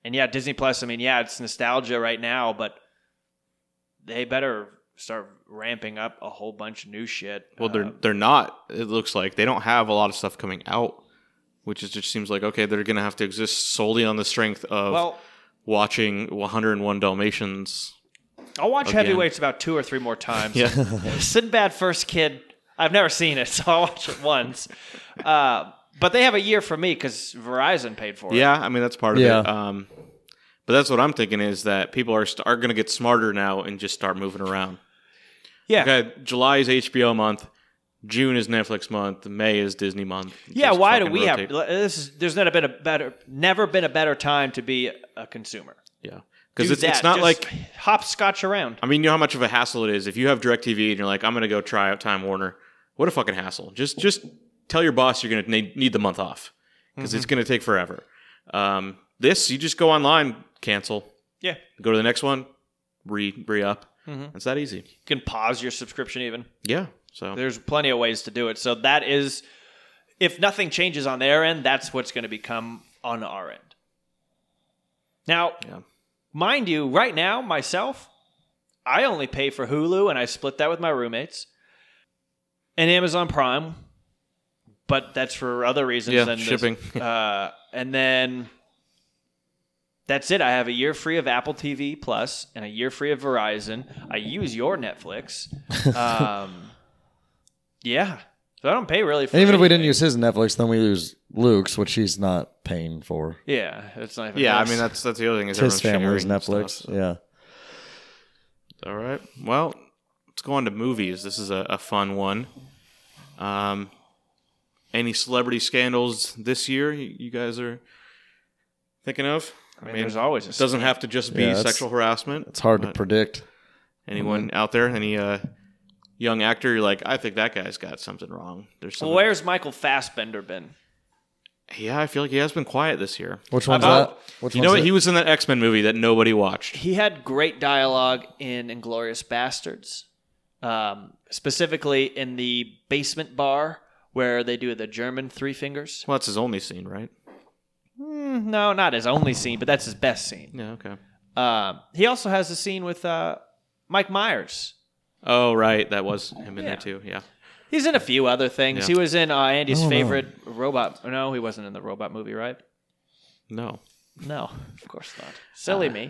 and yeah, Disney Plus. I mean, yeah, it's nostalgia right now, but they better start ramping up a whole bunch of new shit.
well, they're
Uh,
they're not. It looks like they don't have a lot of stuff coming out, which is just seems like okay, they're gonna have to exist solely on the strength of
well.
watching 101 Dalmatians.
I'll watch
Again.
Heavyweights about two or three
(laughs)
more times.
Yeah,
(laughs) Sinbad First Kid. I've never seen it, (laughs) so I'll watch it once. Uh, but they have a year for me because Verizon paid for it.
yeah. I mean that's part of
Yeah.
it. Um, but that's what I'm thinking is that people are st- are gonna get smarter now and just start moving around.
yeah,
Okay, July is HBO month. June is Netflix month. May is Disney month.
yeah.
Just
Why do
fucking
we
rotate.
have l- this? Is, there's never been a better, never been a better time to be a consumer.
Yeah,
Do
because it's, it's
that.
not
Just
like
hopscotch around.
I mean, you know how much of a hassle it is if you have DirecTV and you're like, I'm going to go try out Time Warner. What a fucking hassle! Just just tell your boss you're going to need, need the month off because it's going to take forever. Um, this you just go online, cancel,
Yeah, you
go to the next one, re re up.
Mhm.
It's that easy.
can pause your subscription even.
Yeah. So
There's plenty of ways to do it. So that is, if nothing changes on their end, that's what's going to become on our end. Now,
Yeah.
mind you, right now myself, I only pay for Hulu and I split that with my roommates. and Amazon Prime, but that's for other reasons
Yeah,
than this.
shipping.
uh, and then that's it. I have a year free of Apple TV Plus and a year free of Verizon. I use your Netflix. Um, yeah, so I don't pay really. For
And even if we didn't
anything.
use his Netflix, then we lose Luke's, which he's not paying for.
yeah, it's not. Even
Yeah, I
close.
mean that's that's the other thing is
It's his
everyone's
family's
sharing
Netflix.
stuff, so-
Yeah.
All right. Well, let's go on to movies. This is a, a fun one. Um, any celebrity scandals this year you, you guys are thinking of?
I mean, there's always a
it doesn't have to just be
Yeah, it's-
sexual harassment.
It's hard to
But
predict. Mm-hmm.
Anyone out there? Any uh, young actor? You're like, I think that guy's got something wrong. There's
Well,
something.
where's Michael Fassbender been?
Yeah, I feel like he has been quiet this year.
Which one's
About-
that? Which
you know
one's
what? He
it?
was in that X Men movie that nobody watched.
He had great dialogue in Inglorious Bastards, um, specifically in the basement bar where they do the German three fingers.
Well, that's his only scene, right?
Mm, no, not his only scene, but that's his best scene.
Yeah. Okay.
Um, he also has a scene with uh, Mike Myers.
Oh, right. That was him in
Yeah.
there too. Yeah.
He's in a few other things.
Yeah.
He was in uh, Andy's
don't know.
favorite robot. No, he wasn't in the robot movie, right?
No.
No, of course not.
Ah.
Silly me.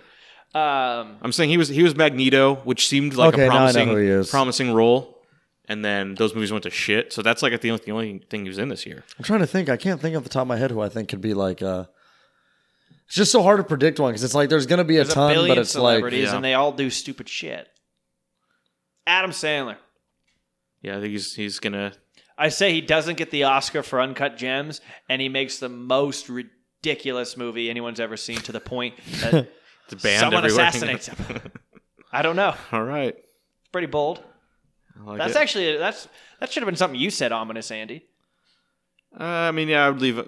Um,
I'm saying he was he was Magneto, which seemed like
Okay,
a
now I know
promising
who he is.
promising role, and then those movies went to shit. So that's like the only, the only thing he was in this year.
I'm trying to think. I can't think off the top of my head who I think could be like. uh It's just so hard to predict one because it's like there's going to be a
There's
ton,
a billion
but it's like
celebrities,
Yeah.
and they all do stupid shit. Adam Sandler.
Yeah, I think he's he's gonna.
I say he doesn't get the Oscar for Uncut Gems, and he makes the most ridiculous movie anyone's ever seen to the point
(laughs)
that
It's banned
someone
everywhere.
assassinates him. I don't know.
(laughs) All right,
It's pretty bold.
I like
that's
it.
actually that's that should have been something you said, ominous Andy.
Uh, I mean, yeah, I would leave uh,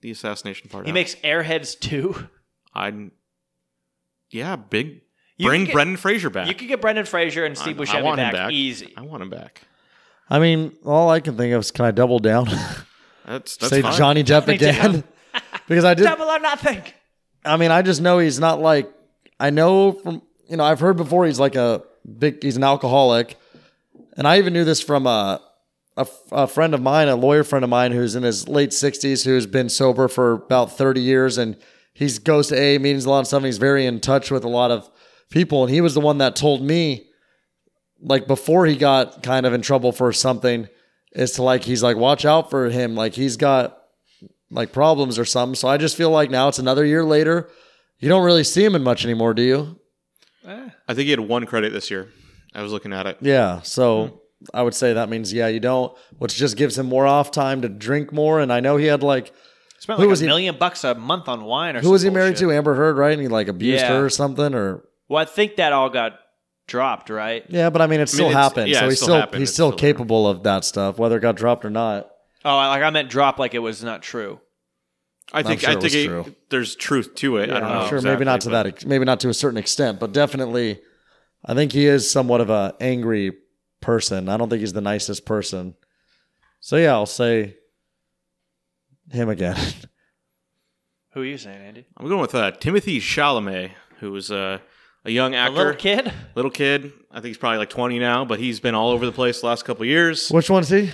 the assassination part.
He
out.
makes Airheads two.
I. Yeah, big.
You
bring
could get-
Brendan Fraser back.
You could get Brendan Fraser and Steve
I- I
Buscemi
want him
back, easy.
I want him back.
I mean, all I can think of is can I double down? (laughs)
That's that's
Say
fine.
Johnny Depp again? (laughs) because I did.
Double or nothing.
I mean, I just know he's not like I know from you know I've heard before he's like a big he's an alcoholic, and I even knew this from a a, a friend of mine, a lawyer friend of mine who's in his late sixties who's been sober for about thirty years, and he's goes to AA meetings a lot and stuff. And he's very in touch with a lot of people, and he was the one that told me like before he got kind of in trouble for something is to like he's like watch out for him like he's got like problems or something. So I just feel like now it's another year later. You don't really see him in much anymore, do you?
I think he had one credit this year. I was looking at it.
Yeah. So I would say that means yeah, you don't, which just gives him more off time to drink more. And I know he had like
Spent
Who
like
was
a
he-
million bucks a month on wine or
who was he married to? Amber Heard, right? And he like abused
Yeah.
her or something, or
Well, I think that all got dropped, right?
yeah. But I mean, it still
it's-
happened.
yeah,
so
it
he's
still
still
happened.
he's
It's
still,
still there.
capable of that stuff, whether it got dropped or not.
Oh, I- like I meant drop like it was not true.
I think
sure
I
it
think
was
it-
true.
there's truth to it. I don't
I'm
know.
sure,
exactly,
maybe not to
but-
that, ex- maybe not to a certain extent, but definitely, I think he is somewhat of a angry person. I don't think he's the nicest person. So yeah, I'll say him again. (laughs)
Who are you saying, Andy?
I'm going with uh, Timothy Chalamet, who is uh, a young
A
actor,
little kid?
Little kid. I think he's probably like 20 now, but he's been all over the place the last couple of years.
Which one's he?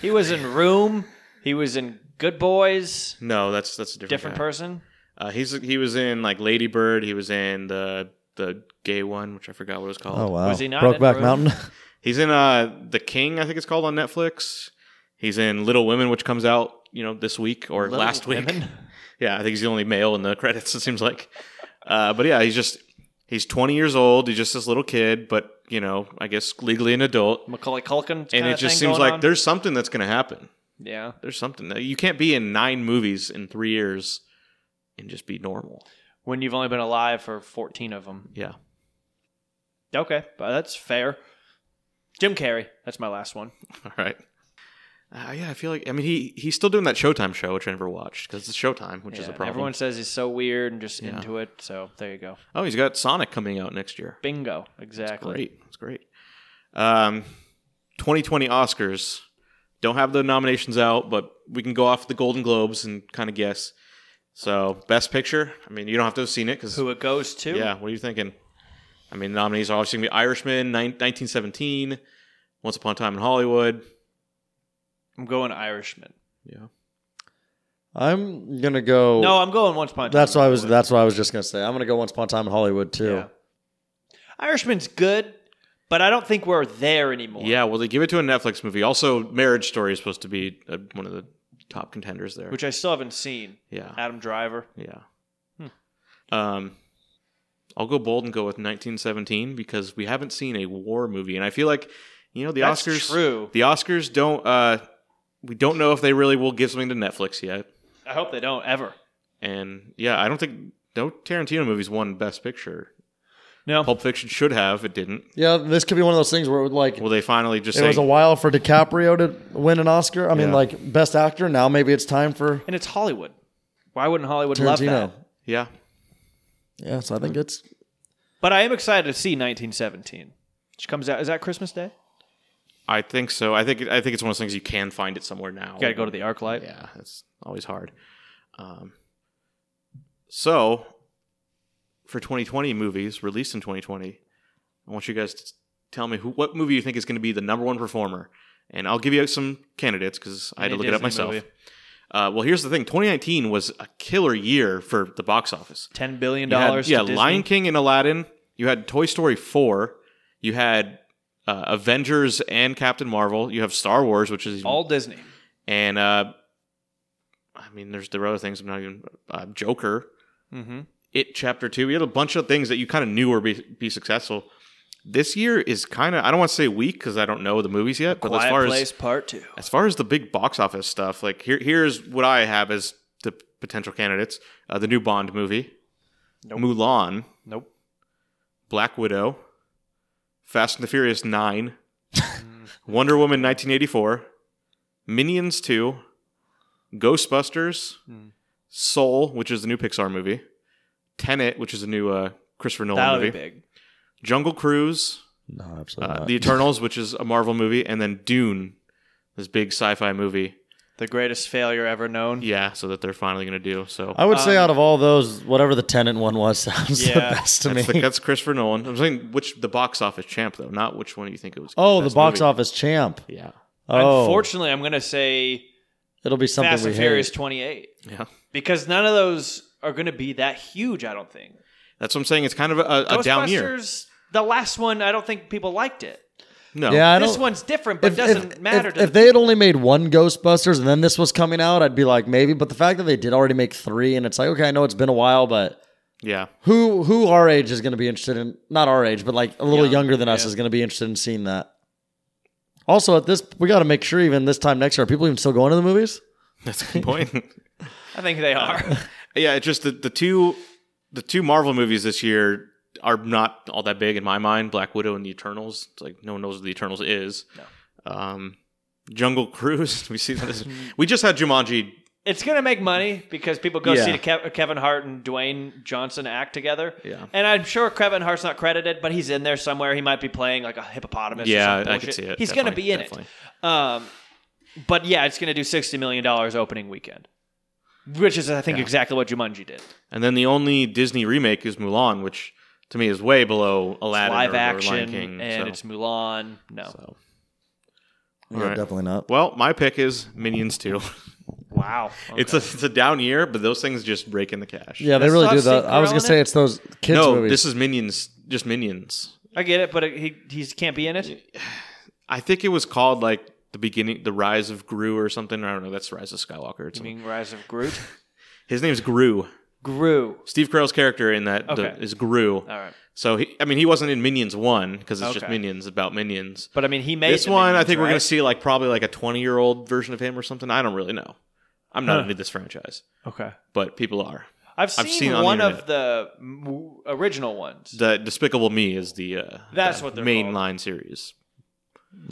He was in Room. He was in Good Boys.
No, that's that's a different
Different
guy.
person.
Uh, he's he was in like Lady Bird. He was in the the gay one, which I forgot what it was called.
Oh wow,
Was he not in
Brokeback
Room?
Mountain? (laughs)
He's in uh the King, I think it's called on Netflix. He's in Little Women, which comes out you know this week or
Little
last week.
Women?
Yeah, I think he's the only male in the (laughs) credits. It seems like, uh, but yeah, he's just he's 20 years old. He's just this little kid, but you know, I guess legally an adult.
Macaulay Culkin.
and
kinda
it just
thing
seems
going
like
on?
there's something that's going to happen.
Yeah.
There's something that you can't be in nine movies in three years and just be normal.
When you've only been alive for 14 of them.
Yeah, (laughs)
Okay, but that's fair. Jim Carrey. That's my last one.
all right. Uh, yeah, I feel like I mean he he's still doing that Showtime show, which I never watched because it's Showtime, which is
Yeah,
a problem.
Everyone says he's so weird and just
Yeah.
into it. So there you go.
Oh, he's got Sonic coming out next year.
Bingo. Exactly.
Great, that's great. Um, 2020 Oscars don't have the nominations out, but we can go off the Golden Globes and kind of guess. So, Best Picture. I mean, you don't have to have seen it because
Who it goes to?
Yeah, what are you thinking? I mean, the nominees are obviously going to be Irishman, nine- 1917, Once Upon a Time in Hollywood.
I'm going Irishman.
Yeah.
I'm gonna go.
No, I'm going Once Upon a Time.
that's
in
what I was.
Hollywood.
That's what I was just gonna say. I'm gonna go Once Upon a Time in Hollywood too.
Irishman's good, but I don't think we're there anymore.
Yeah, well, they give it to a Netflix movie. Also, Marriage Story is supposed to be uh, one of the top contenders there.
Which I still haven't seen.
yeah,
Adam Driver.
yeah. Um, I'll go bold and go with 1917 because we haven't seen a war movie, and I feel like you know the
That's
Oscars.
true.
The Oscars don't. Uh, we don't know if they really will give something to Netflix yet,
I hope they don't ever.
and yeah, I don't think no Tarantino movies won Best Picture.
No.
Pulp Fiction should have. It didn't.
Yeah, this could be one of those things where it would like
Will they finally just
it
say
was a while for DiCaprio to win an Oscar. I mean,
Yeah.
like Best Actor. Now maybe it's time for
And it's Hollywood. Why wouldn't Hollywood love
Tarantino.
that?
yeah?
Yeah, so I think it's
But I am excited to see 1917, which comes out. Is that Christmas Day?
I think so. I think I think it's one of those things you can find it somewhere now.
You got to go to the ArcLight.
Yeah, that's always hard. Um, so, for 2020 movies released in 2020, I want you guys to tell me who, what movie you think is going to be the number one performer, and I'll give you some candidates because I had to
Any
look it up
Disney
myself.
movie.
Uh, well, here's the thing: 2019 was a killer year for the box office.
Ten billion
You had-
dollars.
yeah,
to Disney.
Lion King and Aladdin. You had Toy Story four. You had uh, Avengers and Captain Marvel. You have Star Wars, which is even-
All Disney.
and uh, I mean, there's there were other things. I'm not even uh, Joker.
Mm-hmm.
It Chapter Two. We had a bunch of things that you kind of knew were be, be successful. This year is kind of I don't want to say weak because I don't know the movies yet. But
Quiet
as far
Place
as
Part Two.
as far as the big box office stuff, like here here's what I have as the potential candidates: uh, the new Bond movie,
Nope.
Mulan,
Nope.
Black Widow, Fast and the Furious 9, (laughs) Wonder Woman 1984, Minions 2, Ghostbusters,
Hmm.
Soul, which is the new Pixar movie, Tenet, which is a new uh, Christopher Nolan
That would be
movie,
big.
Jungle Cruise,
no, absolutely
uh,
not.
The Eternals, which is a Marvel movie, and then Dune, this big sci-fi movie.
The greatest failure ever known.
Yeah, so that they're finally going to do. So
Oh, I would say
um,
out of all those, whatever the tenant one was (laughs) sounds the
Yeah,
best to me.
that's, the- that's Christopher Nolan. I'm saying which the box office champ though, not which one you think it was.
(laughs) oh, the
best
box
movie.
office champ.
Yeah.
Oh,
Unfortunately, I'm going to say
it'll be something
Fast
we
and
hate.
Furious 28
Yeah.
because none of those are going to be that huge. I don't think.
That's what I'm saying. It's kind of a, a down year.
Ghostbusters, The last one, I don't think people liked it.
No.
Yeah, I don't.
This one's different, but doesn't
if,
matter.
If,
to
if they had only made one Ghostbusters and then this was coming out, I'd be like maybe. But the fact that they did already make three, and it's like okay, I know it's been a while, but
Yeah. (laughs)
who who our age is going to be interested in? Not our age, but like a little
Young,
younger than us
yeah.
is going to be interested in seeing that. Also, at this, we got to make sure even this time next year, are people even still going to the movies?
That's a good point. (laughs)
I think they are. (laughs)
yeah, it's just the, the two the two Marvel movies this year are not all that big in my mind. Black Widow and the Eternals. It's like no one knows what the Eternals is. Um Jungle Cruise. (laughs) We see
(laughs)
that as we just had Jumanji.
it's going to make money because people go
Yeah.
see the Kev- Kevin Hart and Dwayne Johnson act together.
Yeah.
And I'm sure Kevin Hart's not credited, but he's in there somewhere. He might be playing like a hippopotamus. or
Yeah,
some
I
bullshit.
could see it.
He's going to
Definitely,
be in
definitely.
it. Um, but yeah, it's going to do $60 million opening weekend, which is, I think, exactly what Jumanji did.
And then the only Disney remake is Mulan, which to me is way below Aladdin
Live
or,
action,
or Lion King.
and
so-
it's Mulan. No.
so.
Yeah,
right.
definitely not.
Well, my pick is
(laughs)
Minions 2.
Wow.
It's a it's a down year, but those things just break in the cash.
Yeah, they
That's
really
not
do that. I
Cinderella
was gonna
in
say
it?
it's those kids
no,
movies.
this is Minions, just Minions.
I get it, but it, he he can't be in it.
I think it was called like the beginning, the Rise of Gru or something. I don't know. That's Rise of Skywalker. Or
You
something.
mean Rise of Groot? (laughs)
His name's Gru.
Gru.
Steve Carell's character in that the-
Okay.
is Gru.
All right,
So he, I mean, he wasn't in Minions One because it's just
Okay.
Minions about Minions.
but I mean, he made
This
the
one, I
minions,
think we're gonna
right?
see like probably like a twenty-year-old version of him or something. I don't really know. I'm not
Huh.
into this franchise,
Okay,
but people are.
I've seen,
seen it on the
one of
internet.
the m- original ones.
The Despicable Me is the uh,
That's
the
what they're
main
called.
line series.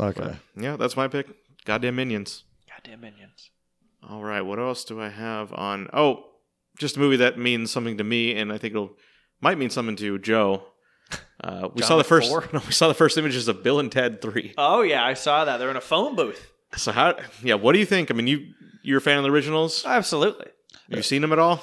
okay.
Yeah, that's my pick. Goddamn Minions.
Goddamn minions.
All right, what else do I have on? Oh, just a movie that means something to me, and I think it'll might mean something to Joe. Uh, we
John
saw the first.
McFour?
(laughs) No, we saw the first images of Bill and Ted Three.
Oh yeah, I saw that. They're in a phone booth.
So how? Yeah, what do you think? I mean, you you're a fan of the originals.
Absolutely.
Have you seen them at all?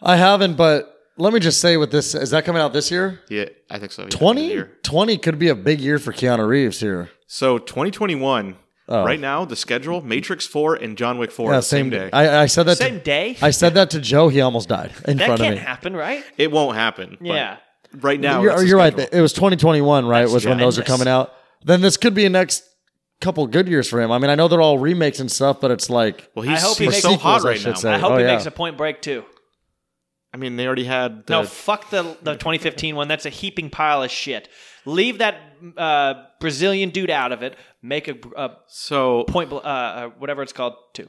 I haven't, but let me just say with this, is that coming out this year?
Yeah, I think so. yeah, end of the
20,
year.
20 could be a big year for Keanu Reeves here.
So 2021,
Oh.
right now, the schedule Matrix 4 and John Wick 4
Yeah,
the same,
same,
day.
I, I said that.
Same
to,
day?
I said that to Joe. He almost died in
that
front of
can't
me.
happen, right?
it won't happen. but
Yeah.
Right now,
you're,
that's the
you're right.
schedule.
It was 2021, right?
That's
was when those are
tremendous.
coming out. Then this could be a next couple good years for him. I mean, I know they're all remakes and stuff, but it's like
Well, he's
I hope he
we're
makes-
so hot
Sequels, I
right
should
now.
say.
I hope
oh,
he
yeah.
makes a point break too.
I mean, they already had the,
No, fuck the the 2015 one. That's a heaping pile of shit. Leave that uh, Brazilian dude out of it. Make a, a
so
point, bl- uh, uh, whatever it's called, two.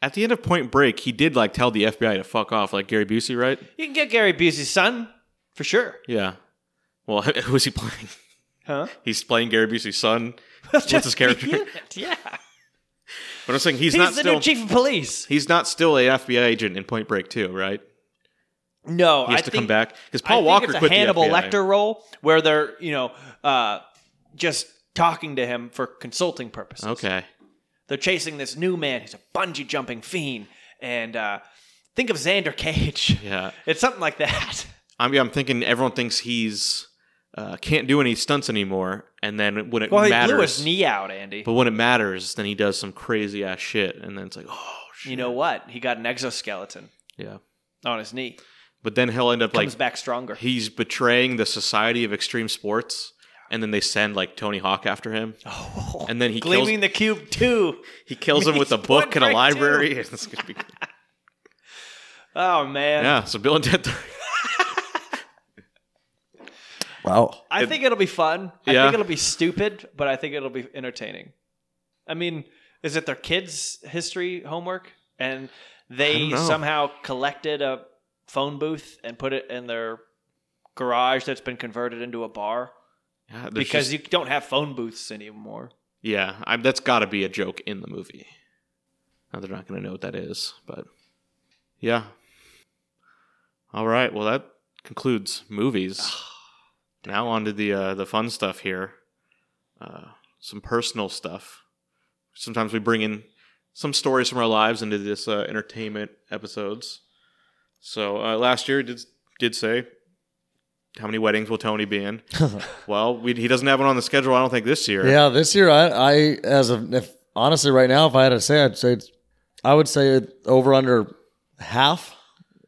at the end of Point Break, he did like tell the FBI to fuck off, like Gary Busey, right?
You can get Gary Busey's son for sure.
Yeah. Well, (laughs) who's he playing?
(laughs) Huh?
He's playing Gary Busey's son. What's his character?
Yeah. (laughs) yeah.
But I'm saying he's,
He's
not
the
still
new chief of police.
he's not still an FBI agent in Point Break too, right?
No,
He has
I
to
think,
come back because
I
Paul
think
Walker
it's a
quit
Hannibal
the FBI.
Lecter role where they're you know uh, just talking to him for consulting purposes.
Okay.
They're chasing this new man who's a bungee jumping fiend, and uh, think of Xander Cage.
(laughs) Yeah.
It's something like that.
I'm I'm thinking everyone thinks he's uh, can't do any stunts anymore, and then when (laughs) it
Well, he blew
matters,
his knee out, Andy.
but when it matters, then he does some crazy ass shit, and then it's like, oh shit.
you know what? He got an exoskeleton
Yeah.
on his knee.
But then he'll end up
Comes
like
back stronger.
he's betraying the Society of Extreme Sports, and then they send like Tony Hawk after him,
(laughs) oh,
and then he
gleaming
kills
the cube too.
he kills him with
(laughs)
a
Point
book in a
Break too.
library. (laughs) It's gonna be-
(laughs) Oh man,
yeah. So Bill and Ted. (laughs) 3.
Wow.
I think it'll be fun. I
Yeah.
think it'll be stupid, but I think it'll be entertaining. I mean, is it their kids' history homework, and
I don't
they
know.
somehow collected a phone booth and put it in their garage that's been converted into a bar
Yeah, there's
because
just-
you don't have phone booths anymore.
yeah, I, that's got to be a joke in the movie. Now they're not going to know what that is, but yeah. All right, well that concludes movies. now on to the uh, the fun stuff here. Uh, some personal stuff. Sometimes we bring in some stories from our lives into this uh, entertainment episodes. So uh, last year did did say how many weddings will Tony be in? well, we, he doesn't have one on the schedule. I don't think this year.
Yeah, this year I, I as of if honestly right now, if I had to say, I'd say it's, I would say it over under half,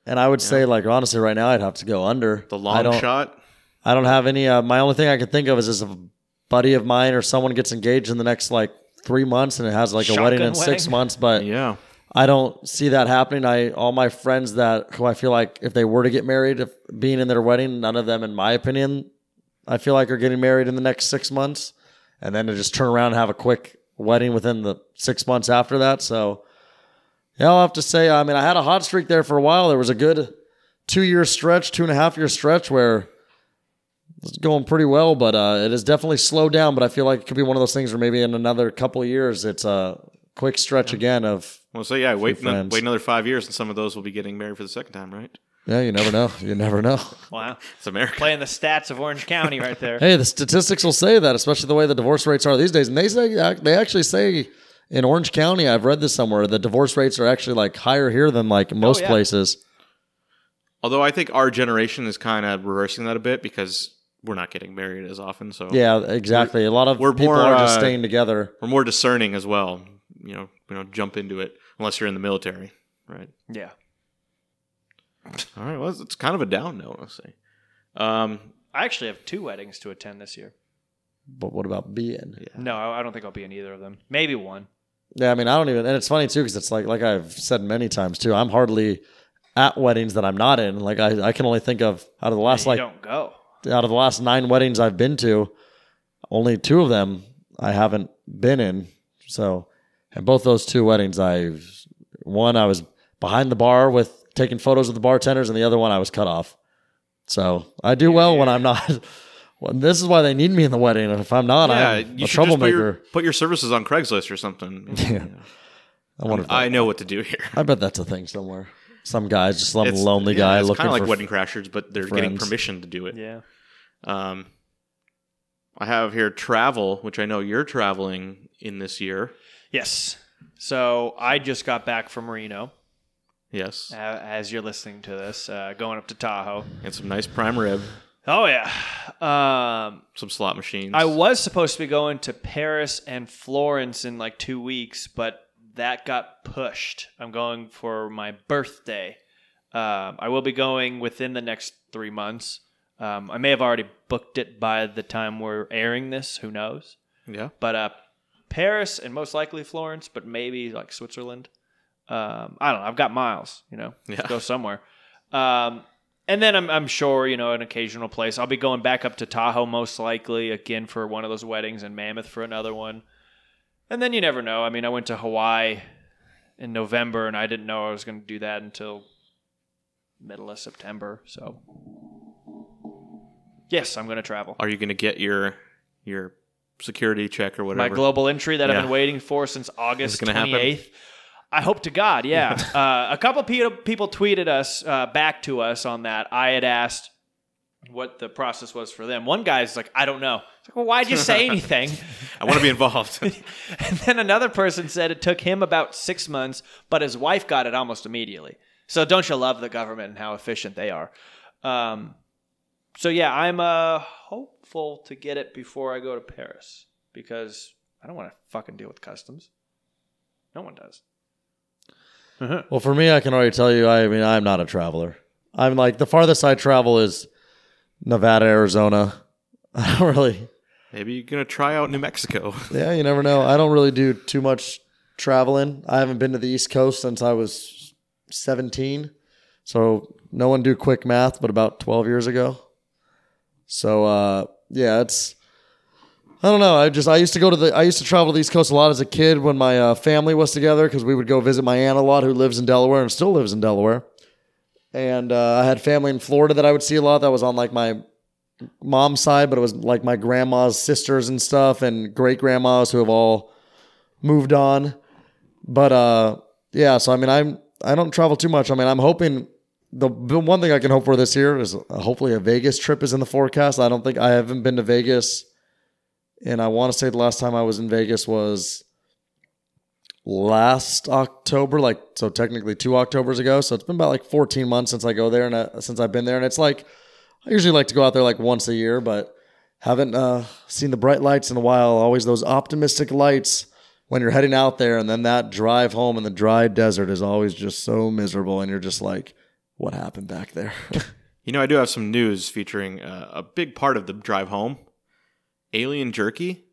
and I would say like honestly right now I'd have to go under
The
I
long
don't,
shot.
I don't have any. Uh, my only thing I could think of is is if a buddy of mine or someone gets engaged in the next like three months and it has like a
Shotgun
wedding in six
wedding.
months, but
Yeah.
I don't see that happening. I all my friends that who I feel like if they were to get married, if being in their wedding, none of them, in my opinion, I feel like are getting married in the next six months, and then to just turn around and have a quick wedding within the six months after that. So, yeah, I'll have to say. I mean, I had a hot streak there for a while. There was a good two year stretch, two and a half year stretch where it's going pretty well, but uh, it has definitely slowed down. But I feel like it could be one of those things where maybe in another couple of years, it's a quick stretch again of
Well, so yeah, wait, no-
friends.
wait another five years, and some of those will be getting married for the second time, right?
Yeah, you never know. You never know.
Wow,
It's America.
playing the stats of Orange County right there.
(laughs) Hey, the statistics will say that, especially the way the divorce rates are these days. And they say they actually say in Orange County, I've read this somewhere, the divorce rates are actually like higher here than like most
Oh, yeah.
places.
Although I think our generation is kind of reversing that a bit because we're not getting married as often,
Oh.
so
Yeah, exactly. a lot of
we're
people
more,
are just
uh,
staying together.
we're more discerning as well. You know, we don't jump into it unless you're in the military, right?
Yeah,
All right. Well, it's- it's kind of a down note, I'll say. Um,
I actually have two weddings to attend this year.
But what about being?
No, I I don't think I'll be in either of them. Maybe one.
Yeah, I mean, I don't even. And it's funny too because it's like like I've said many times too. I'm hardly at weddings that I'm not in. Like I, I can only think of out of the last
you
like
don't go.
out of the last nine weddings I've been to, only two of them I haven't been in. So, and both those two weddings, I've one I was behind the bar with taking photos with the bartenders, and the other one I was cut off. So I do well when I'm not. (laughs) Well, this is why they need me in the wedding. If I'm not,
yeah,
I'm
you
a
should just put your,
troublemaker.
put your services on Craigslist or something.
(laughs) Yeah. I wonder. if that-
I know what to do here.
I bet that's a thing somewhere. Some guy's just
(laughs)
some
It's-
lonely
yeah,
guy
it's
looking
kind of like
for
wedding crashers, but they're getting
friends.
permission to do it.
Yeah.
Um, I have here travel, which I know you're traveling in this year.
Yes. So I just got back from Reno
Yes,
a- as you're listening to this, uh, going up to Tahoe.
and some nice prime rib.
Oh yeah. Um,
Some slot machines.
I was supposed to be going to Paris and Florence in like two weeks, but that got pushed. I'm going for my birthday. Um, I will be going within the next three months. Um, I may have already booked it by the time we're airing this. Who knows?
yeah.
But uh, Paris and most likely Florence, but maybe like Switzerland. Um, I don't know. I've got miles, you know,
Yeah.
Let's go somewhere. Um, and then I'm, I'm sure, you know, an occasional place. I'll be going back up to Tahoe most likely again for one of those weddings and Mammoth for another one. And then you never know. I mean, I went to Hawaii in November and I didn't know I was going to do that until middle of September. So, yes, I'm going to travel.
Are you going to get your your security check or whatever?
My global entry that I've been
Yeah.
waiting for since August
Is it gonna happen?
28th. I hope to God, yeah. (laughs) uh, a couple pe- people tweeted us uh, back to us on that. I had asked what the process was for them. One guy's like, I don't know. It's like, well, why'd you
(laughs)
say anything?
I want to be
(laughs)
involved. (laughs)
and then another person said it took him about six months, but his wife got it almost immediately. So don't you love the government and how efficient they are? Um, so yeah, I'm uh, hopeful to get it before I go to Paris because I don't want to fucking deal with customs. No one does.
(laughs) Well, for me, I can already tell you. I mean, I'm not a traveler. I'm like the farthest I travel is Nevada, Arizona. (laughs) I don't really.
Maybe you're going to try out New Mexico. (laughs)
Yeah, you never know. I don't really do too much traveling. I haven't been to the East Coast since I was 17. So no one do quick math, but about 12 years ago. So uh, yeah, it's. I don't know. I just I used to go to the I used to travel to the East Coast a lot as a kid when my uh, family was together because we would go visit my aunt a lot who lives in Delaware and still lives in Delaware, and uh, I had family in Florida that I would see a lot that was on like my mom's side, but it was like my grandma's sisters and stuff and great grandmas who have all moved on. But uh yeah, so I mean I'm I don't travel too much. I mean I'm hoping the, the one thing I can hope for this year is uh, hopefully a Vegas trip is in the forecast. I don't think I haven't been to Vegas and I want to say the last time I was in Vegas was last October, like so technically two Octobers ago. So it's been about like 14 months since I go there and uh since I've been there and it's like I usually like to go out there like once a year, but haven't uh, seen the bright lights in a while. Always those optimistic lights when you're heading out there, and then that drive home in the dry desert is always just so miserable, and you're just like, what happened back there? (laughs)
You know, I do have some news featuring uh, a big part of the drive home. Alien jerky.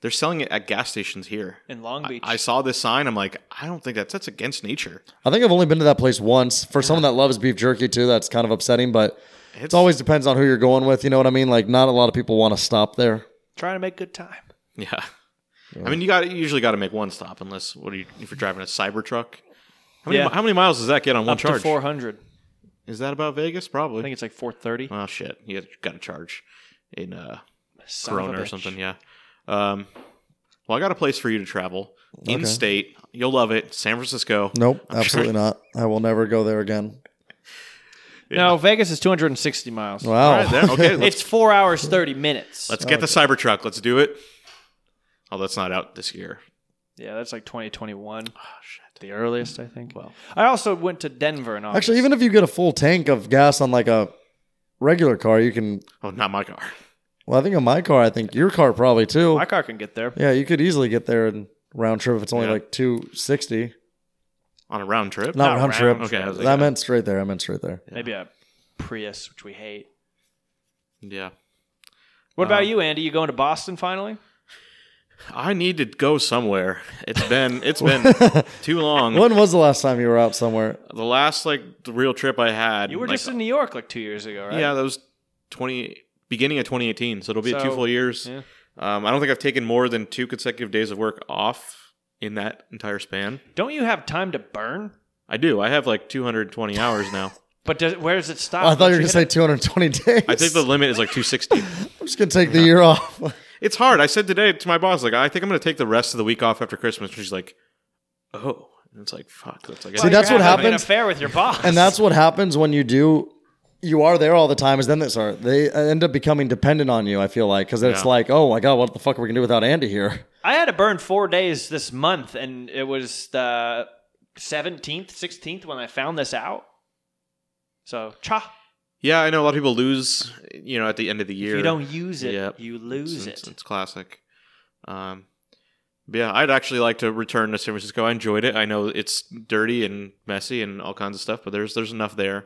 They're selling it at gas stations here.
In Long
I,
Beach,
I saw this sign. I'm like, I don't think that's that's against nature.
I think I've only been to that place once. For someone that loves beef jerky too, that's kind of upsetting, but it
It's
always depends on who you're going with. You know what I mean? Like, not a lot of people want to stop there.
trying to make good time.
yeah. I mean, you got you usually got to make one stop unless what are you if you're driving a Cybertruck. How many
Yeah.
how many miles does that get on one
Up
charge?
to 400.
Is that about Vegas? Probably.
I think it's like 430.
oh shit, you got to charge in uh,
Son of a
Corona or
bitch.
something. Yeah. Um, well, I got a place for you to travel in state. You'll love it, San Francisco.
Nope,
I'm
absolutely not. I will never go there again.
No, Vegas is 260 miles.
Wow.
All right, there.
(laughs)
Okay, let's,
It's four hours, 30 minutes.
let's get the Cybertruck. Let's do it. Oh, that's not out this year.
Yeah, that's like 2021.
Oh, shit.
The earliest, I think. Well, I also went to Denver in August.
(laughs) Actually, even if you get a full tank of gas on like a regular car, you can
Oh, not my car.
Well, I think on my car, I think your car probably too.
my car can get there.
yeah, you could easily get there in round trip if it's only
Yeah.
like two sixty.
On a round trip.
Not, round, trip.
Okay, I was like,
I
uh,
meant straight there. I meant straight there.
Maybe a Prius, which we hate.
Yeah.
What
Uh-huh.
about you, Andy? You going to Boston finally?
I need to go somewhere. It's been it's been too long.
When was the last time you were out somewhere?
The last like the real trip I had.
You were
Mm, like, uh,
just in New York like two years ago, right?
Yeah, that was twenty beginning of twenty eighteen. So it'll be two
So,
full years.
yeah.
Um, I don't think I've taken more than two consecutive days of work off in that entire span.
Don't you have time to burn?
I do. I have like two hundred twenty hours now.
But does, where does it
Uh,
stop?
I thought you were
Don't
gonna say
hit
two hundred twenty days.
I
(laughs)
think the limit is like two sixty.
I'm just gonna take the year off. (laughs)
it's hard. I said today to my boss, like, I think I'm gonna take the rest of the week off after Christmas. And she's like, Oh, and it's like, fuck. That's like,
a-
See,
Well,
that's
you're
what
having An
happens-
affair with your boss,
and that's what happens when you do. You are there all the time. Is then that sorry they end up becoming dependent on you. I feel like because it's
Yeah.
like, oh my god, what the fuck are we gonna do without Andy here? (laughs)
I had to burn four days this month, and it was the seventeenth, sixteenth when I found this out. So cha
Yeah, I know a lot of people lose, you know, at the end of the year.
If you don't use it,
Yep.
you
It's-
lose
it's,
it.
It's classic. Um, but yeah, I'd actually like to return to San Francisco. I enjoyed it. I know it's dirty and messy and all kinds of stuff, but there's there's enough there.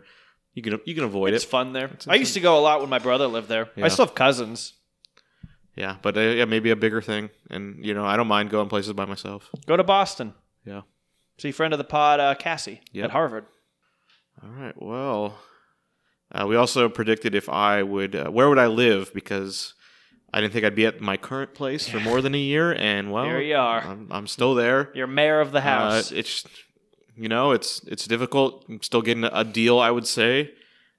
You can you can avoid
It's
it.
fun there.
It's-
I used to go a lot when my brother lived there.
Yeah.
I still have cousins.
Yeah, but uh, yeah, maybe a bigger thing. And you know, I don't mind going places by myself.
Go to Boston.
Yeah.
See friend of the pod, uh, Cassie
Yep.
at Harvard.
All right. Well, uh, we also predicted if I would, uh, where would I live? Because I didn't think I'd be at my current place for more than a year, and well,
Here you are.
I'm, I'm still there.
You're mayor of the house.
Uh, it's you know, it's it's difficult. I'm still getting a deal, I would say.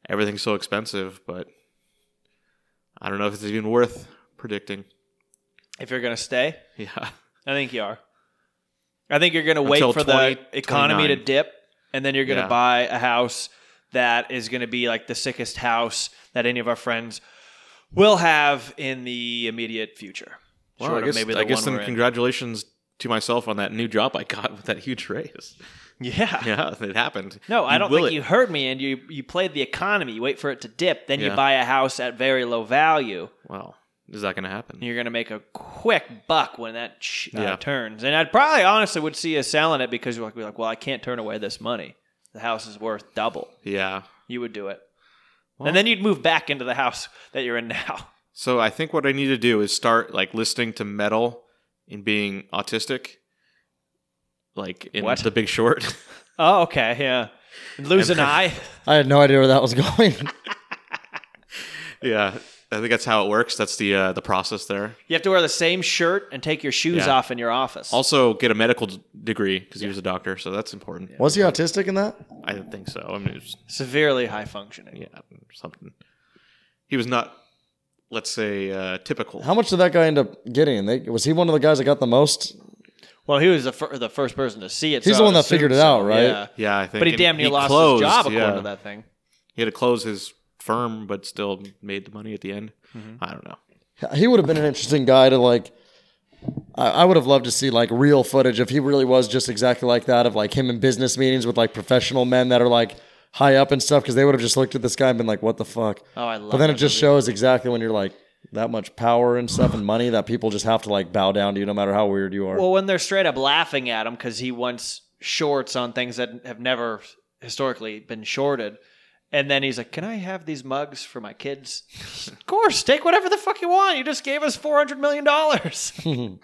Everything's so expensive, but I don't know if it's even worth predicting. (laughs)
if you're gonna stay,
Yeah.
I think you are. I think you're gonna wait
Until
for
20,
the economy to
29.
dip, and then you're gonna
Yeah.
buy a house that is gonna be like the sickest house that any of our friends will have in the immediate future.
Well,
Short
I
of
guess, I guess
one
then
we're in.
congratulations to myself on that new job I got with that huge raise.
(laughs) Yeah.
(laughs) Yeah, it happened.
No, I
You
don't
will
think
it.
you heard me. And you you played the economy. You wait for it to dip, then you
Yeah.
buy a house at very low value.
Well, is that going to happen?
and you're going to make a quick buck when that sh- uh,
Yeah.
turns. And I'd probably honestly would see us selling it because you're like, we're like, well, I can't turn away this money. The house is worth double.
Yeah.
You would do it,
Well-
and then you'd move back into the house that you're in now. (laughs)
So I think what I need to do is start like listening to metal and being autistic, like in
What?
The Big Short. (laughs)
Oh, okay, yeah. And Lose an eye.
I had no idea where that was (laughs) going.
yeah, I think that's how it works. That's the uh, the process there.
You have to wear the same shirt and take your shoes
Yeah.
off in your office.
Also, get a medical d- degree because he was a doctor, so that's important.
was he autistic in that?
I didn't think so. I mean, it's,
severely high functioning.
yeah, something. He was not, let's say, uh, typical.
How much did that guy end up getting? They, was he one of the guys that got the most?
Well, he was the, fir- the first person to see it.
He's
so
the
I
one
would
that figured
assume
it
so,
out, right?
Yeah.
yeah, I think.
But he
and
damn near lost
closed,
his job according
yeah.
to that thing.
He had to close his firm, but still made the money at the end.
Mm-hmm.
I don't know.
He would have been an interesting guy to like. I, I would have loved to see like real footage if he really was just exactly like that of like him in business meetings with like professional men that are like high up and stuff because they would have just looked at this guy and been like, "What the fuck?"
Oh, I love.
but then it
that
just
movie.
shows exactly when you're like that much power and stuff and money that people just have to like bow down to you no matter how weird you are.
Well, when they're straight up laughing at him because he wants shorts on things that have never historically been shorted. And then he's like, Can I have these mugs for my
(laughs)
kids? of course, take whatever the fuck you want. You just gave us $400
(laughs)
million.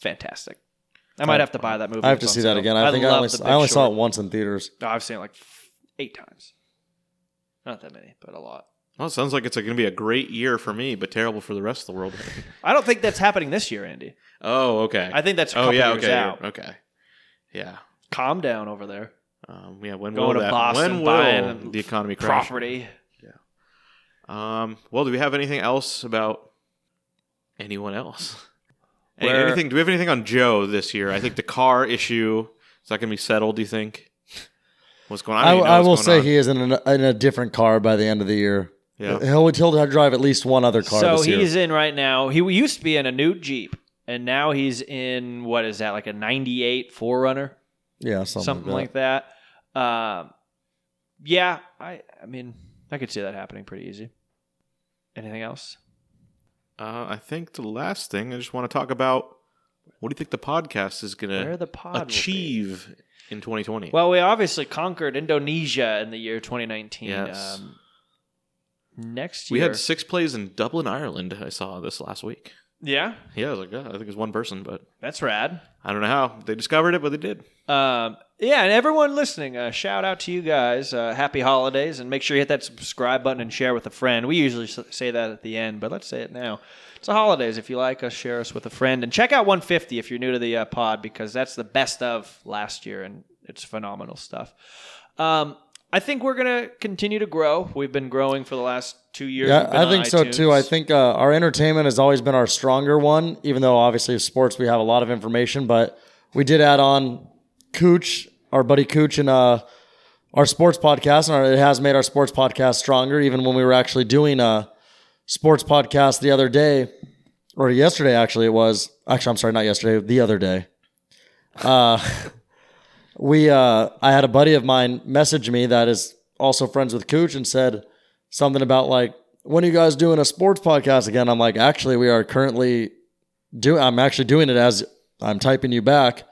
Fantastic. I might have to buy that movie.
I have to
It's on
see that
sale.
again. I, think I
love
only,
The Big
I only saw
Short.
it once in theaters.
No, I've seen it like f- eight times. Not that many, but a lot.
Well, it sounds like it's going to be a great year for me, but terrible for the rest of the world. (laughs)
I don't think that's happening this year, Andy.
oh, okay.
I think that's a
oh,
couple
yeah.
years
Okay.
out.
Okay. Yeah.
Calm down over there.
Um, yeah. When
Going
will
to
that?
Boston,
when
buying
will the economy crash?
Property.
Um. Well, do we have anything else about anyone else? Any,
Where-
anything? Do we have anything on Joe this year? I think the car issue is that going to be settled. Do you think? What's going on?
I,
don't even
I
know
will
what's
say
going
he is in, an, in a different car by the end of the year.
on. Yeah.
He'll, he'll drive at least one other car
so
this year.
he's in right now. He used to be in a new Jeep, and now he's in what is that like a '98 Forerunner,
yeah, something,
something, like that. Um, yeah, I I mean I could see that happening pretty easy. Anything else?
Uh, I think the last thing I just want to talk about. What do you think the podcast is going
Where
to
the pod will be.
Eh, achieve in 2020?
Well, we obviously conquered Indonesia in the year 2019.
Yes.
Um, next year,
We had six plays in Dublin, Ireland. I saw this last week.
yeah,
Yeah, I was like, oh, I think it's one person, but
that's rad.
I don't know how they discovered it, but they did.
Um, yeah, and everyone listening, uh, shout out to you guys. Uh, happy holidays, and make sure you hit that subscribe button and share with a friend. We usually s- say that at the end, but let's say it now. It's the holidays. If you like us, share us with a friend, and check out 150 if you're new to the uh, pod because that's the best of last year, and it's phenomenal stuff. Um, I think we're gonna continue to grow. We've been growing for the last two years.
Yeah,
We've been
I
on
think so too.
iTunes.
I think uh, our entertainment has always been our stronger one, even though obviously with sports we have a lot of information, but we did add on Cooch, our buddy Cooch, and uh, our sports podcast, and our, it has made our sports podcast stronger. Even when we were actually doing a sports podcast the other day, or yesterday actually, it was actually I'm sorry, not yesterday, the other day. Uh, (laughs) we uh, I had a buddy of mine message me that is also friends with Cooch and said something about like, when are you guys doing a sports podcast again? I'm like, actually, we are currently doing. I'm actually doing it as I'm typing you back,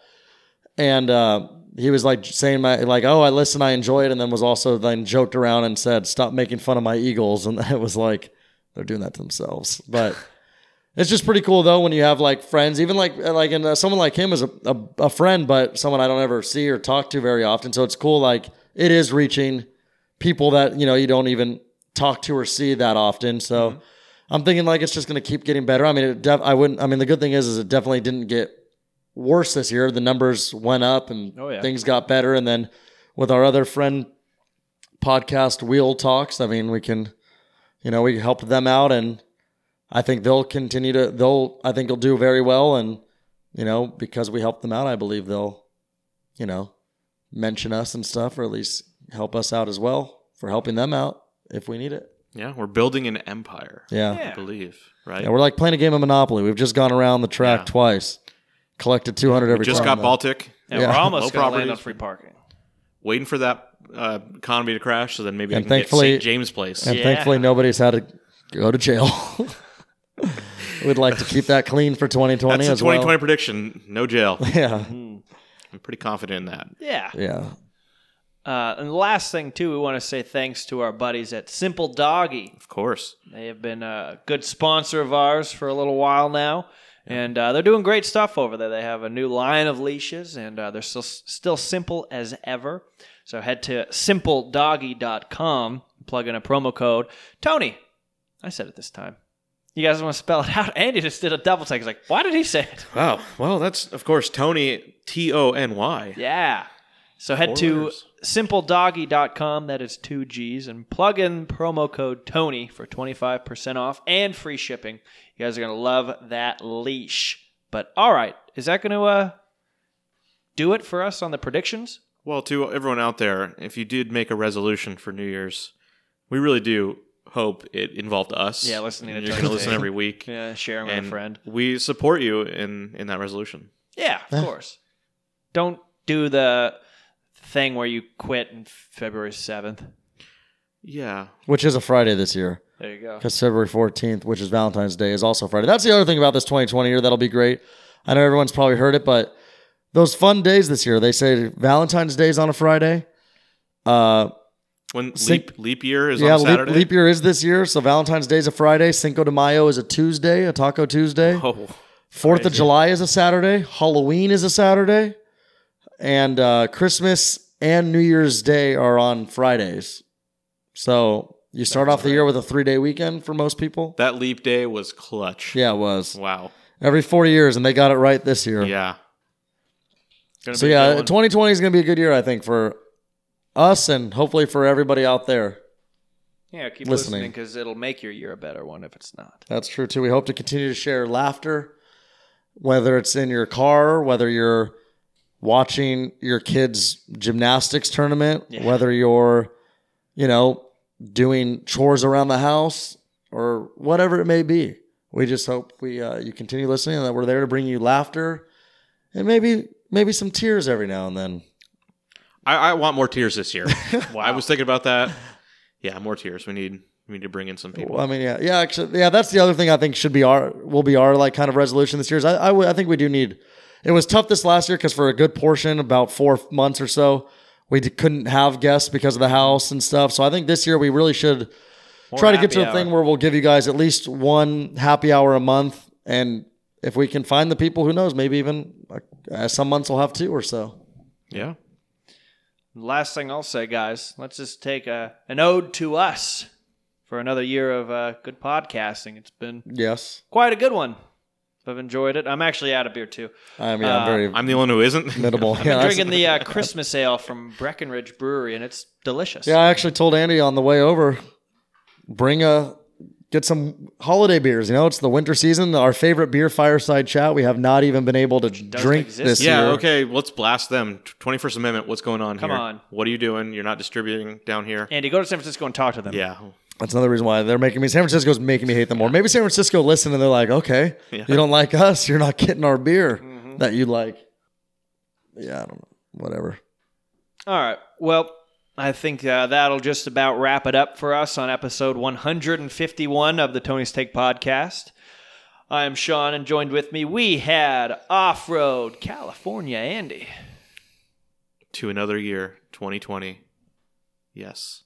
and uh, he was like saying my like, oh, I listen, I enjoy it, and then was also then joked around and said, stop making fun of my Eagles, and (laughs) it was like, they're doing that to themselves, but. It's just pretty cool though when you have like friends, even like like and uh, someone like him is a, a, a friend, but someone I don't ever see or talk to very often. So it's cool. Like it is reaching people that you know you don't even talk to or see that often. So
Mm-hmm.
I'm thinking like it's just going to keep getting better. I mean, it def- I wouldn't. I mean, the good thing is is it definitely didn't get worse this year. The numbers went up and
Oh, yeah.
things got better. And then with our other friend podcast, Wheel Talks. I mean, we can you know we helped them out and. I think they'll continue to they'll I think they'll do very well and you know because we helped them out I believe they'll you know mention us and stuff or at least help us out as well for helping them out if we need it.
Yeah, we're building an empire.
Yeah.
Yeah.
Yeah,
I believe, right?
we're like playing a game of Monopoly. We've just gone around the track
Yeah.
twice. Collected 200 every
Just
time.
got
though.
Baltic.
And
Yeah.
we're almost
Low
going to land on
properties.
free parking.
Waiting for that uh, economy to crash, so then maybe
And
I can get
thankfully-
St. James Place.
And
Yeah.
thankfully nobody's had to go to jail. (laughs) We'd like to keep that clean for 2020
That's a
as well.
2020 prediction. No jail.
(laughs) Yeah.
I'm pretty confident in that.
Yeah.
Yeah.
Uh, and the last thing too, we want to say thanks to our buddies at Simple Doggy.
Of course.
They have been a good sponsor of ours for a little while now, and uh, they're doing great stuff over there. They have a new line of leashes, and uh, they're still still simple as ever. So head to simpledoggy.com, plug in a promo code. Tony, I said it this time. You guys want to spell it out? Andy just did a double take. He's like, why did he say it?
Wow. Well, that's of course Tony T O N Y.
Yeah. So head to
letters.
simpledoggy.com, that is two G's, and plug in promo code Tony for 25% off and free shipping. You guys are going to love that leash. But all right, is that going to uh, do it for us on the predictions?
Well, to everyone out there, if you did make a resolution for New Year's, we really do hope it involved us.
Yeah, listening to
And you're
Tony's
going to listen
take.
every (laughs) week.
Yeah, sharing with
and
a friend.
we support you in in that resolution.
Yeah, of course. Don't do the thing where you quit on February 7th.
Yeah.
Which is a Friday this year.
There you go.
Because February 14th, which is Valentine's Day, is also Friday. That's the other thing about this 2020 year that'll be great. I know everyone's probably heard it, but those fun days this year, they say Valentine's Day is on a Friday. Uh,
When
Sing-
leap leap year is
yeah,
on
leap,
Saturday.
leap year is this year. So Valentine's Day is a Friday. Cinco de Mayo is a Tuesday, a Taco Tuesday.
Oh,
Fourth of July is a Saturday. Halloween is a Saturday. And uh, Christmas and New Year's Day are on Fridays. So you start off the year with a three day weekend for most people.
that leap day was clutch.
Yeah, it was.
Wow.
Every four years, and they got it right this year.
Yeah. Gonna
So
be a
yeah,
good one.
2020 is going to be a good year, I think, for us and hopefully for everybody out there.
Yeah, keep
Listening.
listening because it'll make your year a better one if it's not.
That's true too. We hope to continue to share laughter, whether it's in your car, whether you're watching your kids' gymnastics tournament,
Yeah.
whether you're, you know, doing chores around the house or whatever it may be. We just hope we uh, you continue listening and that we're there to bring you laughter and maybe maybe some tears every now and then.
I, I want more tears this
(laughs)
year. I was thinking about that. Yeah, more tears. We need we need to bring in some people.
Well, I mean, yeah, yeah, actually, yeah. That's the other thing I think should be our will be our like kind of resolution this year. Is I I would- I think we do need. It was tough this last year because for a good portion, about four months or so, we d- couldn't have guests because of the house and stuff. So I think this year we really should try to get to a
happy
thing
hour.
where we'll give you guys at least one happy hour a month, and if we can find the people, who knows? Maybe even uh, some months we'll have two or so.
Yeah.
Last thing I'll say, guys, let's just take a, an ode to us for another year of uh, good podcasting. It's been
Yes,
quite a good one. I've enjoyed it. I'm actually out of beer too.
I mean, I'm
Uh,
very
I'm the one who
(laughs)
isn't.
admittable. Yeah,
I'm
that's-
drinking the uh, Christmas ale from Breckenridge Brewery, and it's delicious.
Yeah, I actually told Andy on the way over, bring a get some holiday beers. You know, it's the winter season. Our favorite beer fireside chat. We have not even been able to drink
exist
(laughs)
this
yeah,
year.
okay, let's blast them. 21st Amendment, what's going on
Come
here?
on.
What are you doing? You're not distributing down here?
Andy, go to San Francisco and talk to them.
Yeah.
That's another reason why they're making me. San Francisco's making me hate them more. Maybe San Francisco listened and they're like, okay,
Yeah. Mm-hmm.
you don't like us. You're not getting our beer that you like. Yeah, I don't know. Whatever.
All right. Well, I think uh, that'll just about wrap it up for us on episode 151 of the Tony's Take podcast. I'm Sean, and joined with me, we had Off Road California Andy.
To another year, 2020. Yes.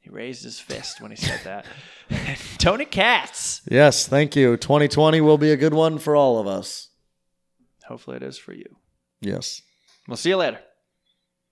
He raised his fist when he said that. (laughs) Tony Katz.
Yes, thank you. 2020 will be a good one for all of us.
Hopefully, it is for you.
Yes.
We'll see you later.